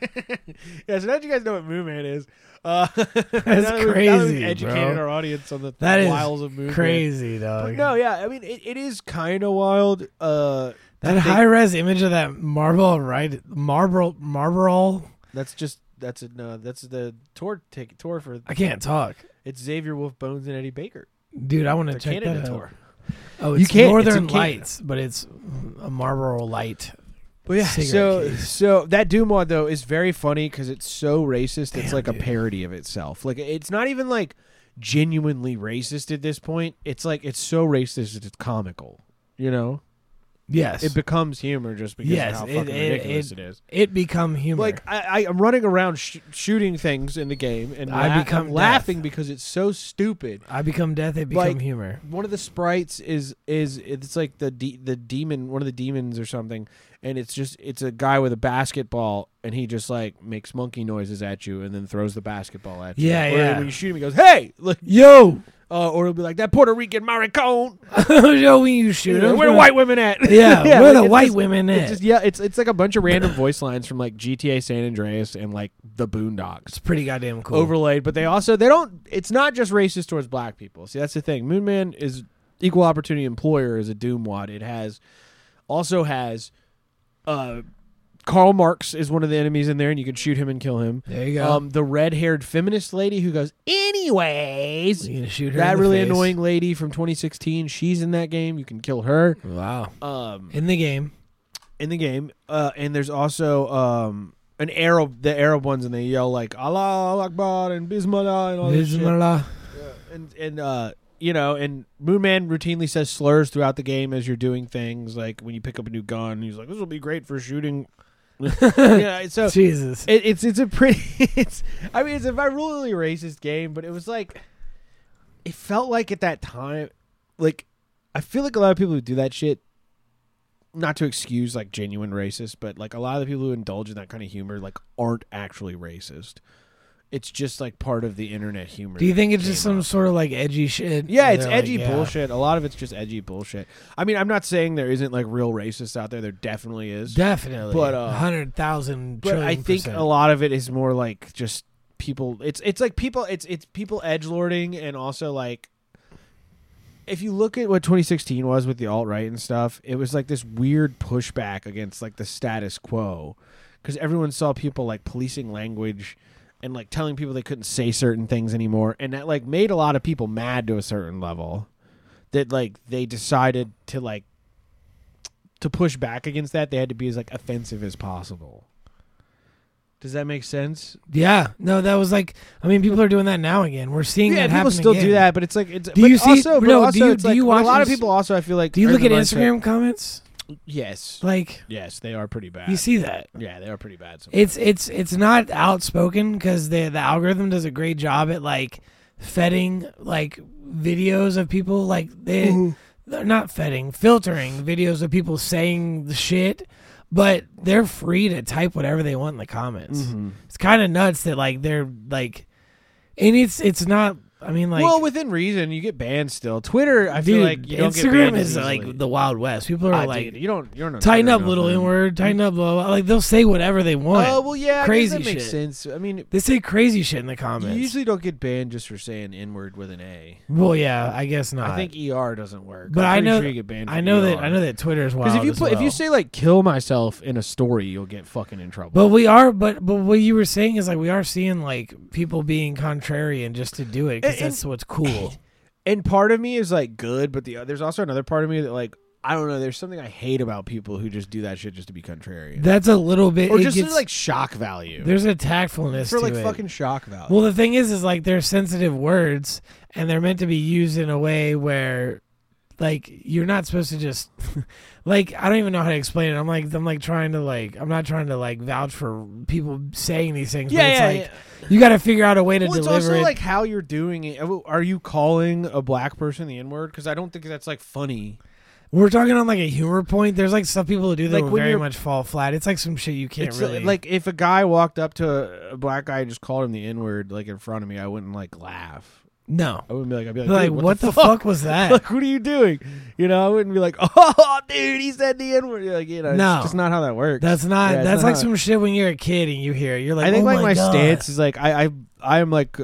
Speaker 2: Uh, yeah, so now that you guys know what Moon Man is, uh, (laughs)
Speaker 3: That's
Speaker 2: now that we've- now that we've
Speaker 3: crazy,
Speaker 2: educated
Speaker 3: bro.
Speaker 2: our audience on the
Speaker 3: That is
Speaker 2: wiles of Moon Man.
Speaker 3: Crazy
Speaker 2: But
Speaker 3: dog.
Speaker 2: no, yeah, I mean it, it is kind of wild. Uh,
Speaker 3: that high res image of that marble right marble marble.
Speaker 2: that's just that's a no, that's the tour ticket tour for
Speaker 3: I can't talk,
Speaker 2: it's Xavier Wolf Bones and Eddie Baker.
Speaker 3: dude. I want to
Speaker 2: Their
Speaker 3: check
Speaker 2: Canada
Speaker 3: that
Speaker 2: tour.
Speaker 3: out. Oh,
Speaker 2: You
Speaker 3: it's
Speaker 2: can't- it's in
Speaker 3: Northern
Speaker 2: Canada.
Speaker 3: Lights, but it's a Marlboro Light.
Speaker 2: But yeah, so
Speaker 3: Cigarette case.
Speaker 2: so that Doom mod though is very funny because it's so racist. it's
Speaker 3: Damn,
Speaker 2: like a
Speaker 3: dude.
Speaker 2: parody of itself. Like it's not even like genuinely racist at this point. It's like it's so racist that it's comical. You know,
Speaker 3: Yes,
Speaker 2: it becomes humor just because
Speaker 3: Yes,
Speaker 2: of how
Speaker 3: it-
Speaker 2: fucking
Speaker 3: it-
Speaker 2: ridiculous it is.
Speaker 3: it become humor.
Speaker 2: Like I, I, I'm running around sh- shooting things in the game, and
Speaker 3: I
Speaker 2: la-
Speaker 3: become
Speaker 2: I'm
Speaker 3: death.
Speaker 2: laughing because it's so stupid.
Speaker 3: I become death, it become
Speaker 2: like-
Speaker 3: humor.
Speaker 2: one of the sprites is is it's like the de- the demon one of the demons or something and it's just it's a guy with a basketball and he just like makes monkey noises at you and then throws the basketball at you
Speaker 3: Yeah,
Speaker 2: or
Speaker 3: yeah.
Speaker 2: when you shoot him he goes hey like
Speaker 3: Yo,
Speaker 2: uh, or it'll be like that Puerto Rican maricón
Speaker 3: (laughs) yo, when you shoot him,
Speaker 2: where the white women at (laughs)
Speaker 3: Yeah, where the
Speaker 2: it's
Speaker 3: white
Speaker 2: just-
Speaker 3: women
Speaker 2: it's
Speaker 3: at?
Speaker 2: just yeah it's it's like a bunch of random voice lines from like GTA San Andreas and like the Boondocks
Speaker 3: It's pretty goddamn cool.
Speaker 2: overlaid, but they also they don't. It's not just racist towards black people. See, that's the thing. Moon Man is equal opportunity employer is a doom wad. It has also has uh Karl Marx is one of the enemies in there, and you can shoot him and kill him.
Speaker 3: there you go.
Speaker 2: Um, the red haired feminist lady who goes, anyways.
Speaker 3: you gonna shoot her
Speaker 2: That
Speaker 3: in the
Speaker 2: really
Speaker 3: face.
Speaker 2: annoying lady from 2016. She's in that game. You can kill her.
Speaker 3: Wow,
Speaker 2: Um,
Speaker 3: in the game.
Speaker 2: in the game. Uh, and there's also um an Arab, the Arab ones, and they yell like Allah Akbar and Bismillah and all this oh, shit.
Speaker 3: Bismillah.
Speaker 2: And and uh, you know, and Moon Man routinely says slurs throughout the game as you're doing things, like when you pick up a new gun. He's like, "This will be great for shooting." (laughs) yeah,
Speaker 3: (laughs)
Speaker 2: so
Speaker 3: Jesus.
Speaker 2: it, it's it's a pretty. (laughs) It's I mean, it's a virally racist game, but it was like, it felt like at that time, like I feel like a lot of people who do that shit. Not to excuse like genuine racist, but like a lot of the people who indulge in that kind of humor like aren't actually racist. It's just like part of the internet humor.
Speaker 3: Do you
Speaker 2: that
Speaker 3: think it's
Speaker 2: came
Speaker 3: just some
Speaker 2: up.
Speaker 3: sort of like edgy shit?
Speaker 2: Yeah,
Speaker 3: And
Speaker 2: it's
Speaker 3: they're like,
Speaker 2: edgy
Speaker 3: yeah.
Speaker 2: bullshit. A lot of it's just edgy bullshit. I mean, I'm not saying there isn't like real racists out there. There definitely is.
Speaker 3: Definitely,
Speaker 2: But, uh,
Speaker 3: hundred thousand
Speaker 2: but
Speaker 3: trillion.
Speaker 2: I think
Speaker 3: percent.
Speaker 2: a lot of it is more like just people. It's it's like people. It's it's people edge lording and also like. If you look at what 2016 was with the alt right and stuff, it was like this weird pushback against like the status quo, because everyone saw people like policing language, and like telling people they couldn't say certain things anymore, and that like made a lot of people mad to a certain level, that like they decided to like to push back against that, they had to be as like offensive as possible. Does that make sense?
Speaker 3: Yeah, no, that was like. I mean, people are doing that now again. We're seeing
Speaker 2: Yeah,
Speaker 3: that
Speaker 2: people
Speaker 3: happen
Speaker 2: still
Speaker 3: again.
Speaker 2: do that, but it's like it's.
Speaker 3: Do
Speaker 2: but
Speaker 3: you see-
Speaker 2: Also, but
Speaker 3: no, do
Speaker 2: also
Speaker 3: you-
Speaker 2: it's
Speaker 3: do
Speaker 2: like,
Speaker 3: you
Speaker 2: but
Speaker 3: watch
Speaker 2: A lot of
Speaker 3: Inst-
Speaker 2: people also, I feel like.
Speaker 3: Do you
Speaker 2: are
Speaker 3: look
Speaker 2: in
Speaker 3: at
Speaker 2: the mindset-
Speaker 3: Instagram comments?
Speaker 2: Yes.
Speaker 3: Like
Speaker 2: Yes, they are pretty bad.
Speaker 3: you see that.
Speaker 2: Yeah, they are pretty bad. sometimes.
Speaker 3: It's it's it's not outspoken because the the algorithm does a great job at like fetting like videos of people like they
Speaker 2: Mm-hmm.
Speaker 3: they're not fetting filtering videos of people saying the shit, but they're free to type whatever they want in the comments.
Speaker 2: Mm-hmm.
Speaker 3: It's kind of nuts that like they're like, and it's it's not. I mean like.
Speaker 2: well, within reason, you get banned still. Twitter, I feel
Speaker 3: Dude,
Speaker 2: like you don't get
Speaker 3: Instagram
Speaker 2: banned
Speaker 3: is
Speaker 2: as easily.
Speaker 3: like the wild west. People are
Speaker 2: Ah,
Speaker 3: like,
Speaker 2: dude, you don't, you're not
Speaker 3: tighten up, little N word, tighten up, blah, blah. Like they'll say whatever they want.
Speaker 2: Oh well, yeah, I guess
Speaker 3: crazy
Speaker 2: that makes
Speaker 3: shit.
Speaker 2: sense. I mean,
Speaker 3: They say crazy shit in the
Speaker 2: you
Speaker 3: comments.
Speaker 2: usually don't get banned just for saying n-word with an A.
Speaker 3: well, yeah, I guess
Speaker 2: I
Speaker 3: not.
Speaker 2: think ER doesn't work.
Speaker 3: but
Speaker 2: I'm
Speaker 3: I
Speaker 2: pretty
Speaker 3: know,
Speaker 2: sure you get banned.
Speaker 3: I
Speaker 2: for
Speaker 3: know that
Speaker 2: ER.
Speaker 3: I know that Twitter's wild.
Speaker 2: Because if you
Speaker 3: as
Speaker 2: put, if you
Speaker 3: well.
Speaker 2: say like "kill myself" in a story, you'll get fucking in trouble.
Speaker 3: but we are, but but what you were saying is like we are seeing like people being contrarian just to do it
Speaker 2: And- (coughs)
Speaker 3: because that's what's cool.
Speaker 2: and part of me is like good, but the there's also another part of me that like I don't know. There's something I hate about people who just do that shit just to be contrarian,
Speaker 3: That's a little bit.
Speaker 2: or
Speaker 3: it
Speaker 2: just
Speaker 3: gets-
Speaker 2: like shock value.
Speaker 3: there's a tactfulness
Speaker 2: for
Speaker 3: to
Speaker 2: like
Speaker 3: it.
Speaker 2: fucking shock value.
Speaker 3: Well, the thing is, is like they're sensitive words, and they're meant to be used in a way where, like, you're not supposed to just, (laughs) like, I don't even know how to explain it. I'm like, I'm like trying to like, I'm not trying to like vouch for people saying these things. but
Speaker 2: Yeah,
Speaker 3: it's
Speaker 2: yeah,
Speaker 3: like, You got to figure out a way to
Speaker 2: Well, it's
Speaker 3: deliver
Speaker 2: also
Speaker 3: it.
Speaker 2: like how you're doing it. Oh, Are you calling a black person the N word? Because I don't think that's like funny.
Speaker 3: We're talking on like a humor point. There's like some people who do that
Speaker 2: Like,
Speaker 3: will
Speaker 2: when
Speaker 3: very
Speaker 2: you're-
Speaker 3: much fall flat. It's like some shit you can't
Speaker 2: It's uh,
Speaker 3: really
Speaker 2: like if a guy walked up to a black guy and just called him the N word like in front of me, I wouldn't like laugh.
Speaker 3: No,
Speaker 2: I wouldn't be like, I'd be like,
Speaker 3: like,
Speaker 2: "Dude,
Speaker 3: what, the, fuck? was that?
Speaker 2: (laughs) Like, what are you doing? You know, I wouldn't be like, (laughs) oh, dude, he said the N word. Like, you know,
Speaker 3: No.
Speaker 2: it's just not how that works.
Speaker 3: That's not.
Speaker 2: Yeah, it's
Speaker 3: that's
Speaker 2: not
Speaker 3: like
Speaker 2: how-
Speaker 3: some shit when you're a kid and you hear. It. You're like,
Speaker 2: I think
Speaker 3: oh
Speaker 2: like my,
Speaker 3: God.
Speaker 2: stance is like I I I am like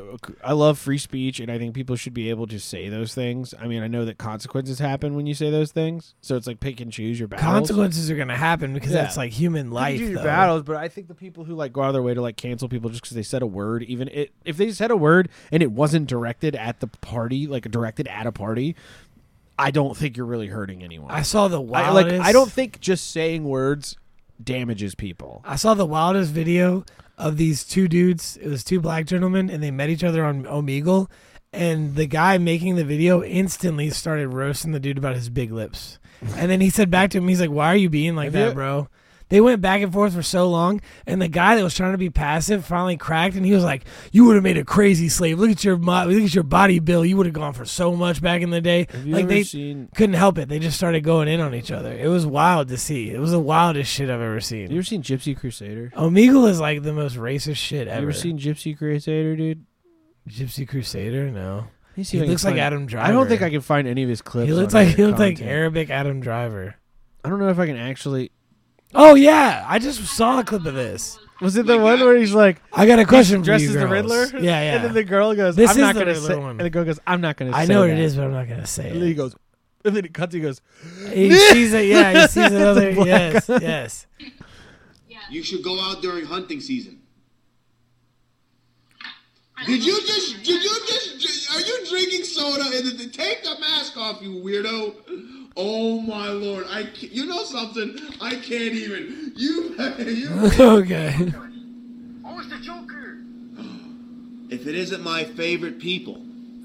Speaker 2: I love free speech and I think people should be able to say those things. I mean I know that consequences happen when you say those things, so it's like pick and choose your battles.
Speaker 3: consequences are gonna happen because
Speaker 2: Yeah.
Speaker 3: that's like human
Speaker 2: Pick and
Speaker 3: life.
Speaker 2: choose your
Speaker 3: though.
Speaker 2: battles, but I think the people who like go out of their way to like cancel people just because they said a word, even it, if they said a word and it wasn't directed at the party, like directed at a party, I don't think you're really hurting anyone.
Speaker 3: I saw the
Speaker 2: I-
Speaker 3: wildest.
Speaker 2: like I don't think just saying words damages people.
Speaker 3: I saw the wildest video of these two dudes. It was two black gentlemen, and they met each other on Omegle. And the guy making the video instantly started roasting the dude about his big lips. And then he said back to him, he's like, "Why are you being like
Speaker 2: Have
Speaker 3: that,
Speaker 2: you-
Speaker 3: bro?" They went back and forth for so long, and the guy that was trying to be passive finally cracked, and he was like, "You would have made a crazy slave. Look at your mo- look at your body, Bill. You would have gone for so much back in the day."
Speaker 2: Have you
Speaker 3: like
Speaker 2: ever
Speaker 3: they
Speaker 2: seen
Speaker 3: couldn't help it; they just started going in on each other. It was wild to see. It was the wildest shit I've ever seen.
Speaker 2: you ever seen Gypsy Crusader?
Speaker 3: Omegle is like the most racist shit ever.
Speaker 2: You ever seen Gypsy Crusader, dude?
Speaker 3: Gypsy Crusader? No.
Speaker 2: Let me see
Speaker 3: He
Speaker 2: if I can
Speaker 3: looks like
Speaker 2: find-
Speaker 3: Adam Driver.
Speaker 2: I don't think I can find any of his clips.
Speaker 3: He looks
Speaker 2: on
Speaker 3: like
Speaker 2: here,
Speaker 3: he looks like
Speaker 2: content.
Speaker 3: Arabic Adam Driver.
Speaker 2: I don't know if I can actually.
Speaker 3: Oh yeah, I just saw a clip of this.
Speaker 2: Was it the one where he's like
Speaker 3: I got uh, a question for
Speaker 2: dressed
Speaker 3: you
Speaker 2: as the
Speaker 3: girls.
Speaker 2: Riddler?
Speaker 3: Yeah, yeah.
Speaker 2: And then the girl goes,
Speaker 3: This
Speaker 2: "I'm
Speaker 3: is
Speaker 2: not
Speaker 3: the
Speaker 2: gonna
Speaker 3: Riddler
Speaker 2: say."
Speaker 3: one.
Speaker 2: And the girl goes, "I'm not gonna."
Speaker 3: I
Speaker 2: say
Speaker 3: know what
Speaker 2: that.
Speaker 3: it is, but I'm not gonna say
Speaker 2: And then he
Speaker 3: it.
Speaker 2: goes, and then it cuts. He goes, (laughs)
Speaker 3: He sees it. Yeah, he sees another.
Speaker 2: black
Speaker 3: Yes, yes. (laughs)
Speaker 7: You should go out during hunting season. Did you just? Did you just? Are you drinking soda? And then take the mask off, you weirdo! Oh my lord! I ca- you know something? I can't even. You (laughs) you.
Speaker 3: okay. (laughs)
Speaker 8: Oh,
Speaker 7: If it isn't my favorite people,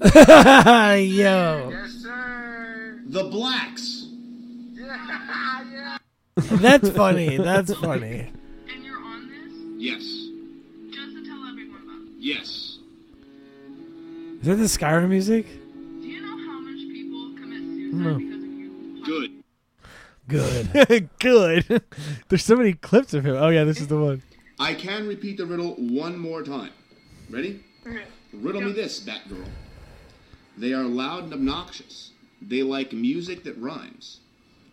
Speaker 3: Yo,
Speaker 8: (laughs)
Speaker 7: the blacks.
Speaker 3: that's funny. That's funny.
Speaker 8: And you're on this
Speaker 7: Yes.
Speaker 8: just to tell everyone about it.
Speaker 7: Yes.
Speaker 3: Is that the Skyrim music?
Speaker 8: Do you know how much people commit suicide because of you?
Speaker 7: Good.
Speaker 3: (laughs) Good.
Speaker 2: "Good." There's so many clips of him. Oh yeah, this is the one.
Speaker 7: I can repeat the riddle one more time. Ready? Riddle me this, Batgirl. They are loud and obnoxious. They like music that rhymes.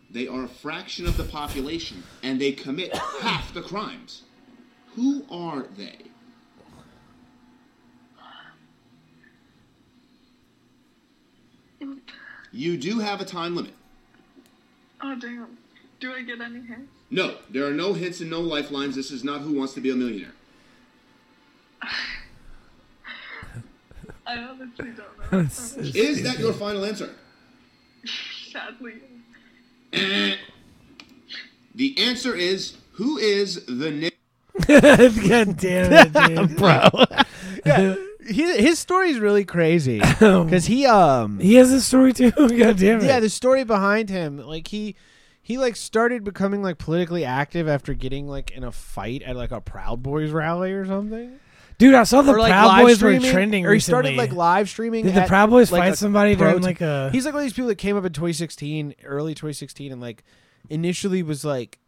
Speaker 7: They are a fraction of the population, and they commit half the crimes. Who are they? You do have a time limit.
Speaker 8: Oh damn. Do I get any hints?
Speaker 7: No, there are no hints and no lifelines. This is not Who Wants to Be a Millionaire.
Speaker 8: I honestly don't know.
Speaker 2: (laughs)
Speaker 7: Is that your final answer? (coughs)
Speaker 8: Sadly.
Speaker 7: The answer is who is the ni-
Speaker 3: God (laughs) damn it, dude.
Speaker 2: bro. yeah, his, his story is really (laughs) crazy because he um
Speaker 3: He has a story too. (laughs) God damn it.
Speaker 2: yeah the story behind him like he he like started becoming like politically active after getting like in a fight at like a proud boys rally or something
Speaker 3: Dude, I saw the
Speaker 2: or like
Speaker 3: Proud
Speaker 2: live
Speaker 3: Boys were
Speaker 2: streaming,
Speaker 3: trending
Speaker 2: or he
Speaker 3: recently.
Speaker 2: started like live streaming
Speaker 3: Did the
Speaker 2: at,
Speaker 3: Proud Boys
Speaker 2: like,
Speaker 3: fight
Speaker 2: a
Speaker 3: somebody during,
Speaker 2: protest-
Speaker 3: like, a-
Speaker 2: he's like one of these people that came up in 2016 early 2016 and like initially was like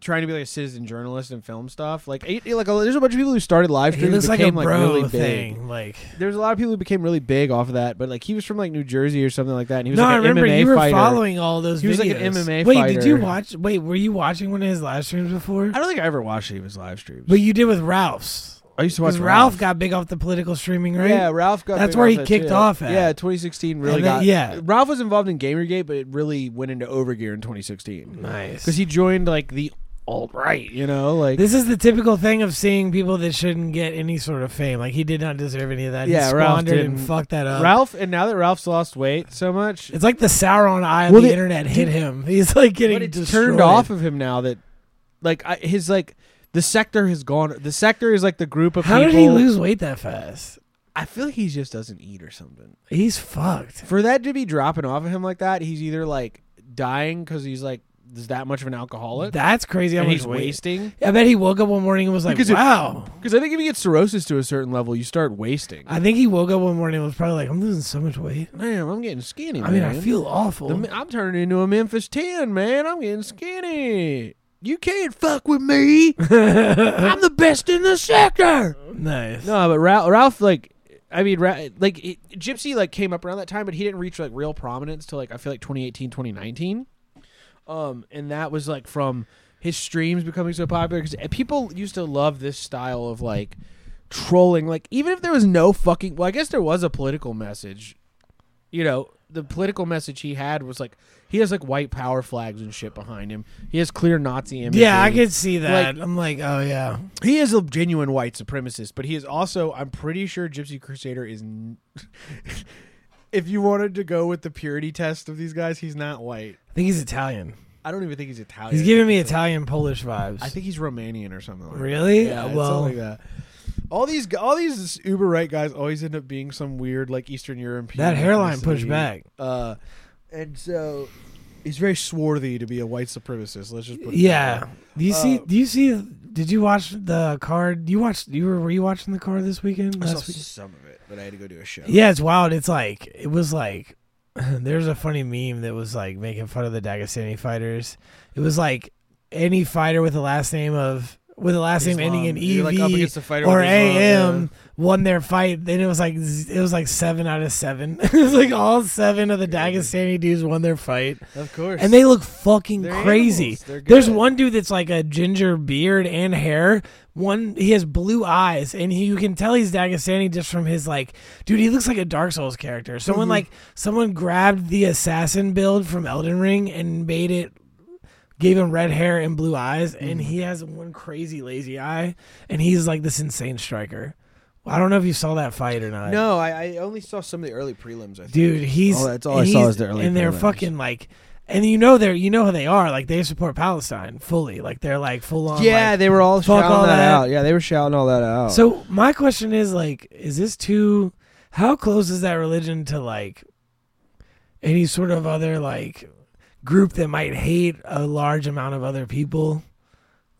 Speaker 2: trying to be like a citizen journalist and film stuff like he- he- like there's a bunch of people who started live
Speaker 3: he
Speaker 2: streaming
Speaker 3: looks like a
Speaker 2: became
Speaker 3: bro
Speaker 2: really big
Speaker 3: thing. Like,
Speaker 2: there's a lot of people who became really big off of that, but like he was from like New Jersey or something like that. And he was
Speaker 3: no,
Speaker 2: like
Speaker 3: I
Speaker 2: an
Speaker 3: remember
Speaker 2: MMA
Speaker 3: you were
Speaker 2: fighter.
Speaker 3: following all those.
Speaker 2: He was, like,
Speaker 3: videos.
Speaker 2: an MMA
Speaker 3: Wait, did you
Speaker 2: fighter.
Speaker 3: watch? Wait, were you watching one of his live streams before?
Speaker 2: I don't think I ever watched any of his live streams.
Speaker 3: But you did with Ralph's.
Speaker 2: I used to watch
Speaker 3: Because Ralph, got big off the political streaming, right?
Speaker 2: Yeah, Ralph got.
Speaker 3: That's
Speaker 2: big
Speaker 3: where
Speaker 2: off
Speaker 3: he
Speaker 2: that
Speaker 3: kicked
Speaker 2: too.
Speaker 3: off at.
Speaker 2: Yeah, 2016 really
Speaker 3: And then-
Speaker 2: got.
Speaker 3: yeah.
Speaker 2: Ralph was involved in GamerGate, but it really went into overgear in 2016
Speaker 3: nice.
Speaker 2: because he joined like the
Speaker 3: alt right.
Speaker 2: You know, like
Speaker 3: This is the typical thing of seeing people that shouldn't get any sort of fame. Like he did not deserve any of that.
Speaker 2: Yeah,
Speaker 3: he
Speaker 2: Ralph
Speaker 3: squandered and
Speaker 2: didn't.
Speaker 3: fucked that up.
Speaker 2: Ralph. And now that Ralph's lost weight so much,
Speaker 3: It's like the Sauron eye of
Speaker 2: Well,
Speaker 3: the
Speaker 2: the-
Speaker 3: internet hit him. (laughs) He's like getting
Speaker 2: but it's
Speaker 3: destroyed.
Speaker 2: turned off of him now that, like, I, his like the sector has gone. The sector is like the group of
Speaker 3: How
Speaker 2: people.
Speaker 3: did he lose weight that fast?
Speaker 2: I feel like he just doesn't eat or something.
Speaker 3: He's fucked.
Speaker 2: For that to be dropping off of him like that, he's either like dying because he's like is that much of an alcoholic.
Speaker 3: That's crazy. How
Speaker 2: and
Speaker 3: much
Speaker 2: he's
Speaker 3: weight.
Speaker 2: wasting
Speaker 3: I bet he woke up one morning and was like,
Speaker 2: Because it-
Speaker 3: "Wow."
Speaker 2: because I think if you get cirrhosis to a certain level, you start wasting.
Speaker 3: I think he woke up one morning and was probably like, "I'm losing so much weight.
Speaker 2: Damn, I'm getting skinny.
Speaker 3: I mean, I
Speaker 2: man.
Speaker 3: feel awful."
Speaker 2: The, I'm turning into a Memphis 10, man. I'm getting skinny. You can't fuck with (laughs) me. I'm the best in the sector.
Speaker 3: nice.
Speaker 2: No, but Ralph, Ralph like, I mean, Ra- like, it, Gypsy, like, came up around that time, but he didn't reach, like, real prominence till, like, I feel like 2018, 2019. Um, and that was, like, from his streams becoming so popular because people used to love this style of, like, trolling. Like, even if there was no fucking, well, I guess there was a political message you know, the political message he had was like he has like white power flags and shit behind him. He has clear Nazi imagery.
Speaker 3: Yeah, I could see that.
Speaker 2: Like-
Speaker 3: I'm like, oh yeah.
Speaker 2: He is a genuine white supremacist, but he is also. I'm pretty sure Gypsy Crusader is. N- (laughs) if you wanted to go with the purity test of these guys, he's not white.
Speaker 3: I think he's Italian.
Speaker 2: I don't even think he's Italian.
Speaker 3: He's giving me Italian Polish vibes.
Speaker 2: I think he's Romanian or something. Like
Speaker 3: Really?
Speaker 2: That. Yeah, it's
Speaker 3: well,
Speaker 2: something like that. All these, gu- all these uber right guys always end up being some weird like Eastern European.
Speaker 3: that hairline
Speaker 2: ethnicity.
Speaker 3: pushed back.
Speaker 2: Uh, and so he's very swarthy to be a white supremacist. Let's just put it
Speaker 3: Yeah.
Speaker 2: that way.
Speaker 3: Do you see?
Speaker 2: Uh,
Speaker 3: Do you see? Did you watch the card? You watched? You were? Were you watching the card this weekend?
Speaker 2: I saw
Speaker 3: Last week?
Speaker 2: some of it, but I had to go do a show.
Speaker 3: Yeah, it's wild. It's like it was like (laughs) there's a funny meme that was like making fun of the Dagestani fighters. It was like any fighter with the last name of with the last name ending in
Speaker 2: You're,
Speaker 3: ev
Speaker 2: like, up against the fighter
Speaker 3: or
Speaker 2: with Islam,
Speaker 3: am won their fight. Then it was like z- it was like seven out of seven. (laughs) it was like all seven of the Dagestani dudes won their fight.
Speaker 2: of course.
Speaker 3: And they look fucking
Speaker 2: They're
Speaker 3: crazy.
Speaker 2: animals. They're
Speaker 3: There's
Speaker 2: good.
Speaker 3: one dude that's like a ginger beard and hair. One he has blue eyes, and he, you can tell he's Dagestani just from his like, dude. He looks like a Dark Souls character.
Speaker 2: Mm-hmm.
Speaker 3: Someone like someone grabbed the assassin build from Elden Ring and made it. Gave him red hair and blue eyes, and
Speaker 2: Mm-hmm.
Speaker 3: he has one crazy lazy eye, and he's like this insane striker. I don't know if you saw that fight or not.
Speaker 2: no, I, I only saw some of the early prelims. I think.
Speaker 3: Dude, he's
Speaker 2: All- that's all I
Speaker 3: he's-
Speaker 2: saw is the early
Speaker 3: and they're
Speaker 2: prelims.
Speaker 3: fucking like, and you know they're you know how they are like they support Palestine fully like they're like full on
Speaker 2: yeah,
Speaker 3: like-
Speaker 2: they were all
Speaker 3: fuck
Speaker 2: shouting
Speaker 3: all
Speaker 2: that,
Speaker 3: that.
Speaker 2: out. Yeah, they were shouting all that out.
Speaker 3: so my question is like is this too how close is that religion to like any sort of other like group that might hate a large amount of other people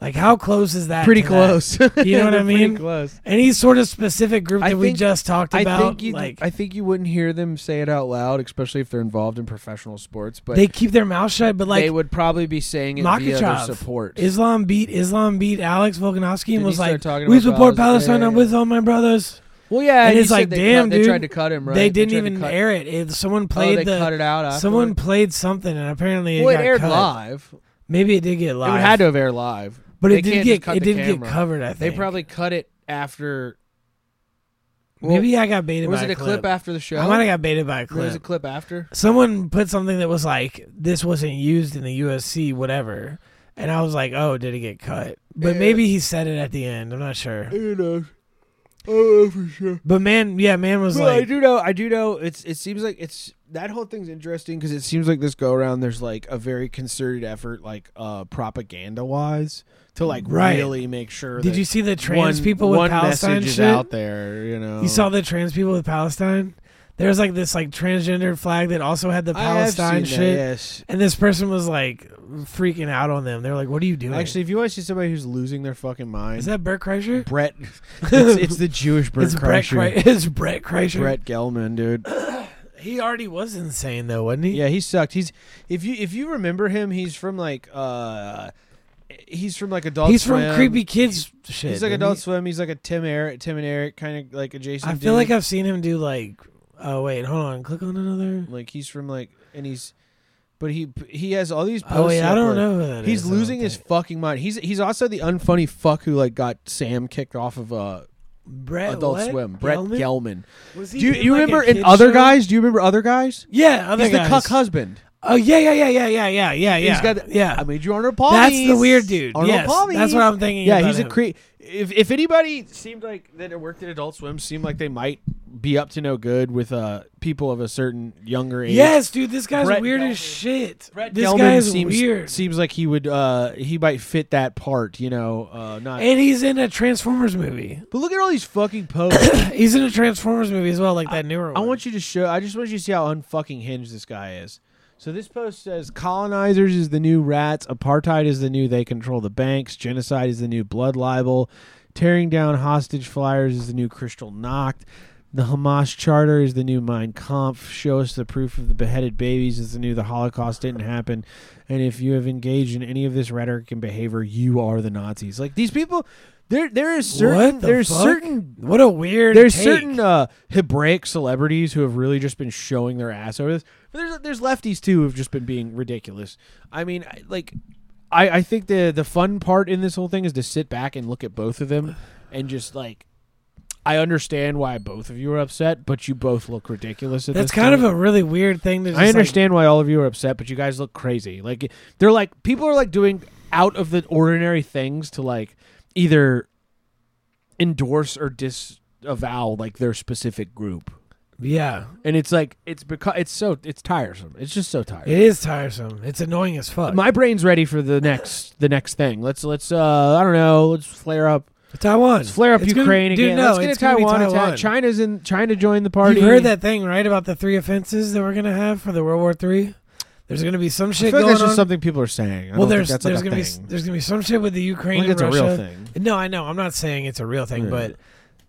Speaker 3: like how close is that
Speaker 2: pretty
Speaker 3: to that?
Speaker 2: close.
Speaker 3: You know what I
Speaker 2: (laughs)
Speaker 3: mean?
Speaker 2: Pretty close.
Speaker 3: any sort of specific group that
Speaker 2: I
Speaker 3: we
Speaker 2: think-
Speaker 3: just talked about
Speaker 2: I think you.
Speaker 3: like
Speaker 2: I think you wouldn't hear them say it out loud, especially if they're involved in professional sports. But
Speaker 3: they keep their mouth shut but like
Speaker 2: they would probably be saying it via their
Speaker 3: Makachev,
Speaker 2: support.
Speaker 3: Islam beat Islam beat Alex Volkanovski
Speaker 2: Did
Speaker 3: and
Speaker 2: he
Speaker 3: was
Speaker 2: start
Speaker 3: like,
Speaker 2: talking
Speaker 3: "We
Speaker 2: about
Speaker 3: support
Speaker 2: Palestine?
Speaker 3: Palestine.
Speaker 2: Yeah,
Speaker 3: I'm
Speaker 2: yeah,
Speaker 3: with all my brothers."
Speaker 2: well, yeah,
Speaker 3: and
Speaker 2: he
Speaker 3: it's
Speaker 2: said
Speaker 3: like,
Speaker 2: they
Speaker 3: "Damn,
Speaker 2: cut-
Speaker 3: dude,
Speaker 2: they tried to cut him. Right?
Speaker 3: They
Speaker 2: tried
Speaker 3: didn't
Speaker 2: to
Speaker 3: even
Speaker 2: cut-
Speaker 3: air it. it. Someone
Speaker 2: Oh, they
Speaker 3: played the
Speaker 2: cut it out. Afterward.
Speaker 3: someone played something, and apparently it
Speaker 2: Well, it
Speaker 3: got
Speaker 2: aired
Speaker 3: cut.
Speaker 2: live.
Speaker 3: Maybe it did get live.
Speaker 2: It had to have aired live,
Speaker 3: but
Speaker 2: They
Speaker 3: it did
Speaker 2: can't
Speaker 3: get
Speaker 2: just cut
Speaker 3: it
Speaker 2: the
Speaker 3: did
Speaker 2: camera.
Speaker 3: get covered. I
Speaker 2: They
Speaker 3: think
Speaker 2: probably cut it after.
Speaker 3: maybe I got baited.
Speaker 2: was
Speaker 3: by
Speaker 2: it a clip, after the show?
Speaker 3: I might have got baited by a
Speaker 2: There was a
Speaker 3: clip.
Speaker 2: clip after.
Speaker 3: Someone put something that was like, "This wasn't used in the USC, whatever," and I was like, "Oh, did it get cut?" But
Speaker 2: Yeah.
Speaker 3: maybe he said it at the end. I'm not sure.
Speaker 2: You know, oh for sure.
Speaker 3: But man, yeah, man
Speaker 2: (laughs)
Speaker 3: was
Speaker 2: Well,
Speaker 3: like,
Speaker 2: I do know. I do know. It's it seems like it's that whole thing's interesting because it seems like this go around. There's like a very concerted effort, like uh propaganda wise, to like
Speaker 3: Right.
Speaker 2: really make sure.
Speaker 3: Did
Speaker 2: that
Speaker 3: you see the trans
Speaker 2: one-
Speaker 3: people with
Speaker 2: one
Speaker 3: Palestine
Speaker 2: message is
Speaker 3: shit?
Speaker 2: out there? You know,
Speaker 3: You saw the trans people with Palestine? There's like this like transgender flag that also had the
Speaker 2: I have
Speaker 3: Palestine
Speaker 2: seen that,
Speaker 3: shit.
Speaker 2: yes.
Speaker 3: And this person was like freaking out on them. They're like, "What are you doing?"
Speaker 2: Actually, if you want to see somebody who's losing their fucking mind,
Speaker 3: is that Bert Kreischer? (laughs)
Speaker 2: Brett? It's, it's the Jewish Brett
Speaker 3: it's Brett
Speaker 2: Kreischer.
Speaker 3: Kreischer. (laughs) It's Brett Kreischer.
Speaker 2: Brett Gelman,
Speaker 3: (coughs)
Speaker 2: dude.
Speaker 3: He already was insane though, wasn't he?
Speaker 2: Yeah, he sucked. He's if you if you remember him, he's from like uh, he's from like Adult.
Speaker 3: He's from
Speaker 2: Swim.
Speaker 3: creepy kids shit.
Speaker 2: He's like
Speaker 3: isn't
Speaker 2: Adult
Speaker 3: he?
Speaker 2: Swim. He's like a Tim Eric, Tim and Eric kind of like adjacent.
Speaker 3: I feel like
Speaker 2: dude.
Speaker 3: I've seen him do like. Oh wait, hold on. Click on another.
Speaker 2: like he's from like and he's, but he he has all these. Posts
Speaker 3: Oh wait, I
Speaker 2: up,
Speaker 3: don't
Speaker 2: like,
Speaker 3: know. Who that
Speaker 2: He's
Speaker 3: is, I don't
Speaker 2: losing his
Speaker 3: think.
Speaker 2: fucking mind. He's he's also the unfunny fuck who like got Sam kicked off of uh,
Speaker 3: Brett
Speaker 2: Adult
Speaker 3: Eh, what?
Speaker 2: Swim. Brett
Speaker 3: Gelman?
Speaker 2: Gelman.
Speaker 3: Was he
Speaker 2: Do you,
Speaker 3: in,
Speaker 2: you
Speaker 3: like, a
Speaker 2: remember in
Speaker 3: kid's
Speaker 2: other
Speaker 3: show?
Speaker 2: guys? Do you remember other guys?
Speaker 3: Yeah, other
Speaker 2: he's
Speaker 3: guys.
Speaker 2: the cuck husband.
Speaker 3: Oh yeah, yeah, yeah, yeah, yeah, yeah, yeah, yeah.
Speaker 2: He's got
Speaker 3: yeah.
Speaker 2: I made you Arnold Palmies.
Speaker 3: That's the weird dude.
Speaker 2: Arnold
Speaker 3: Yes,
Speaker 2: Palmies.
Speaker 3: that's what I'm thinking
Speaker 2: Yeah,
Speaker 3: about
Speaker 2: he's a
Speaker 3: him.
Speaker 2: creep. If if anybody seemed like that worked at Adult Swim seemed like they might be up to no good with uh people of a certain younger age.
Speaker 3: yes, dude, this guy's
Speaker 2: Brett
Speaker 3: weird
Speaker 2: Gelman.
Speaker 3: as shit.
Speaker 2: Brett
Speaker 3: this
Speaker 2: Gelman
Speaker 3: guy is
Speaker 2: seems
Speaker 3: weird,
Speaker 2: seems like he would uh he might fit that part, you know, uh not
Speaker 3: and he's in a Transformers movie.
Speaker 2: But look at all these fucking
Speaker 3: (coughs)
Speaker 2: posts.
Speaker 3: He's in a Transformers movie as well, like that newer
Speaker 2: I
Speaker 3: one.
Speaker 2: want you to show I just want you to see how unfucking hinged this guy is. So this post says colonizers is the new rats, apartheid is the new they control the banks, genocide is the new blood libel, tearing down hostage flyers is the new crystal knocked. The Hamas charter is the new Mein Kampf. Show us the proof of the beheaded babies is the new the Holocaust didn't happen. And if you have engaged in any of this rhetoric and behavior, you are the Nazis. Like these people, there there is certain
Speaker 3: what the
Speaker 2: there's
Speaker 3: fuck?
Speaker 2: certain
Speaker 3: What a weird.
Speaker 2: there's
Speaker 3: take.
Speaker 2: certain uh, Hebraic celebrities who have really just been showing their ass over this. But there's there's lefties too who've just been being ridiculous. I mean, I- like, I I think the the fun part in this whole thing is to sit back and look at both of them and just like. I understand why both of you are upset, but you both look ridiculous. At
Speaker 3: That's
Speaker 2: this
Speaker 3: kind
Speaker 2: time.
Speaker 3: of a really weird thing to. Just
Speaker 2: I understand why all of you are upset, but you guys look crazy. Like they're like people are like doing out of the ordinary things to like either endorse or disavow like their specific group.
Speaker 3: Like, yeah,
Speaker 2: And it's like it's because it's so it's tiresome. It's just so tiresome.
Speaker 3: it is tiresome. It's annoying as fuck.
Speaker 2: My brain's ready for the next the next thing. Let's let's uh I don't know, let's flare up
Speaker 3: Taiwan.
Speaker 2: let's flare up
Speaker 3: It's gonna-
Speaker 2: Ukraine
Speaker 3: dude,
Speaker 2: again.
Speaker 3: No,
Speaker 2: let's get
Speaker 3: it's
Speaker 2: a
Speaker 3: gonna be
Speaker 2: Taiwan,
Speaker 3: Taiwan.
Speaker 2: attack. China's in China joined the party.
Speaker 3: You've heard that thing, right, about the three offenses that we're gonna have for the World War Three? There's gonna be some
Speaker 2: I
Speaker 3: shit
Speaker 2: feel like
Speaker 3: going
Speaker 2: that's just
Speaker 3: on.
Speaker 2: something people are saying. I
Speaker 3: well,
Speaker 2: don't think
Speaker 3: there's
Speaker 2: that's, like,
Speaker 3: there's
Speaker 2: a
Speaker 3: gonna
Speaker 2: thing.
Speaker 3: be there's gonna be some shit with the Ukraine
Speaker 2: I think
Speaker 3: and
Speaker 2: it's a real
Speaker 3: Russia.
Speaker 2: thing.
Speaker 3: No, I know. I'm not saying it's a real thing,
Speaker 2: Yeah.
Speaker 3: but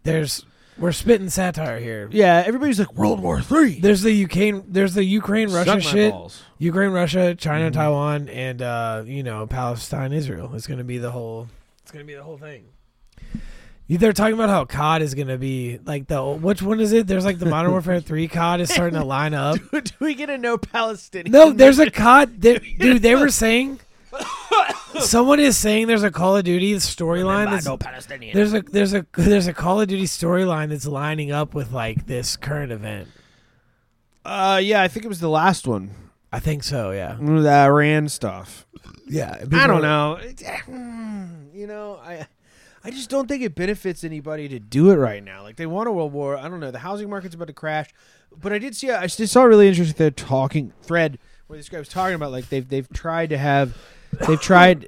Speaker 3: there's we're spitting satire here.
Speaker 2: Yeah, everybody's like World War Three.
Speaker 3: There's the Ukraine. There's the Ukraine Russia shit.
Speaker 2: balls. Mm-hmm.
Speaker 3: Ukraine, Russia, China, Taiwan, and uh, you know Palestine, Israel. It's gonna be the whole. It's gonna be the whole thing. They're talking about how COD is gonna be like the which one is it? There's like the Modern Warfare Three COD is starting to line up.
Speaker 2: (laughs) Do we get a no Palestinian? (laughs)
Speaker 3: No, there's a COD. They, dude, they were saying. Someone is saying there's a Call of Duty storyline. that's-
Speaker 2: Palestinian.
Speaker 3: There's a there's a there's a Call of Duty storyline that's lining up with like this current event.
Speaker 2: Uh, yeah, I think it was the last one,
Speaker 3: I think so. Yeah.
Speaker 2: the Iran stuff.
Speaker 3: Yeah.
Speaker 2: I don't know. It's- mm, You know, I, I just don't think it benefits anybody to do it right now. Like they want a world war. I don't know. The housing market's about to crash, but I did see. I just saw a really interesting they're talking thread where this guy was talking about like they've they've tried to have, they've tried.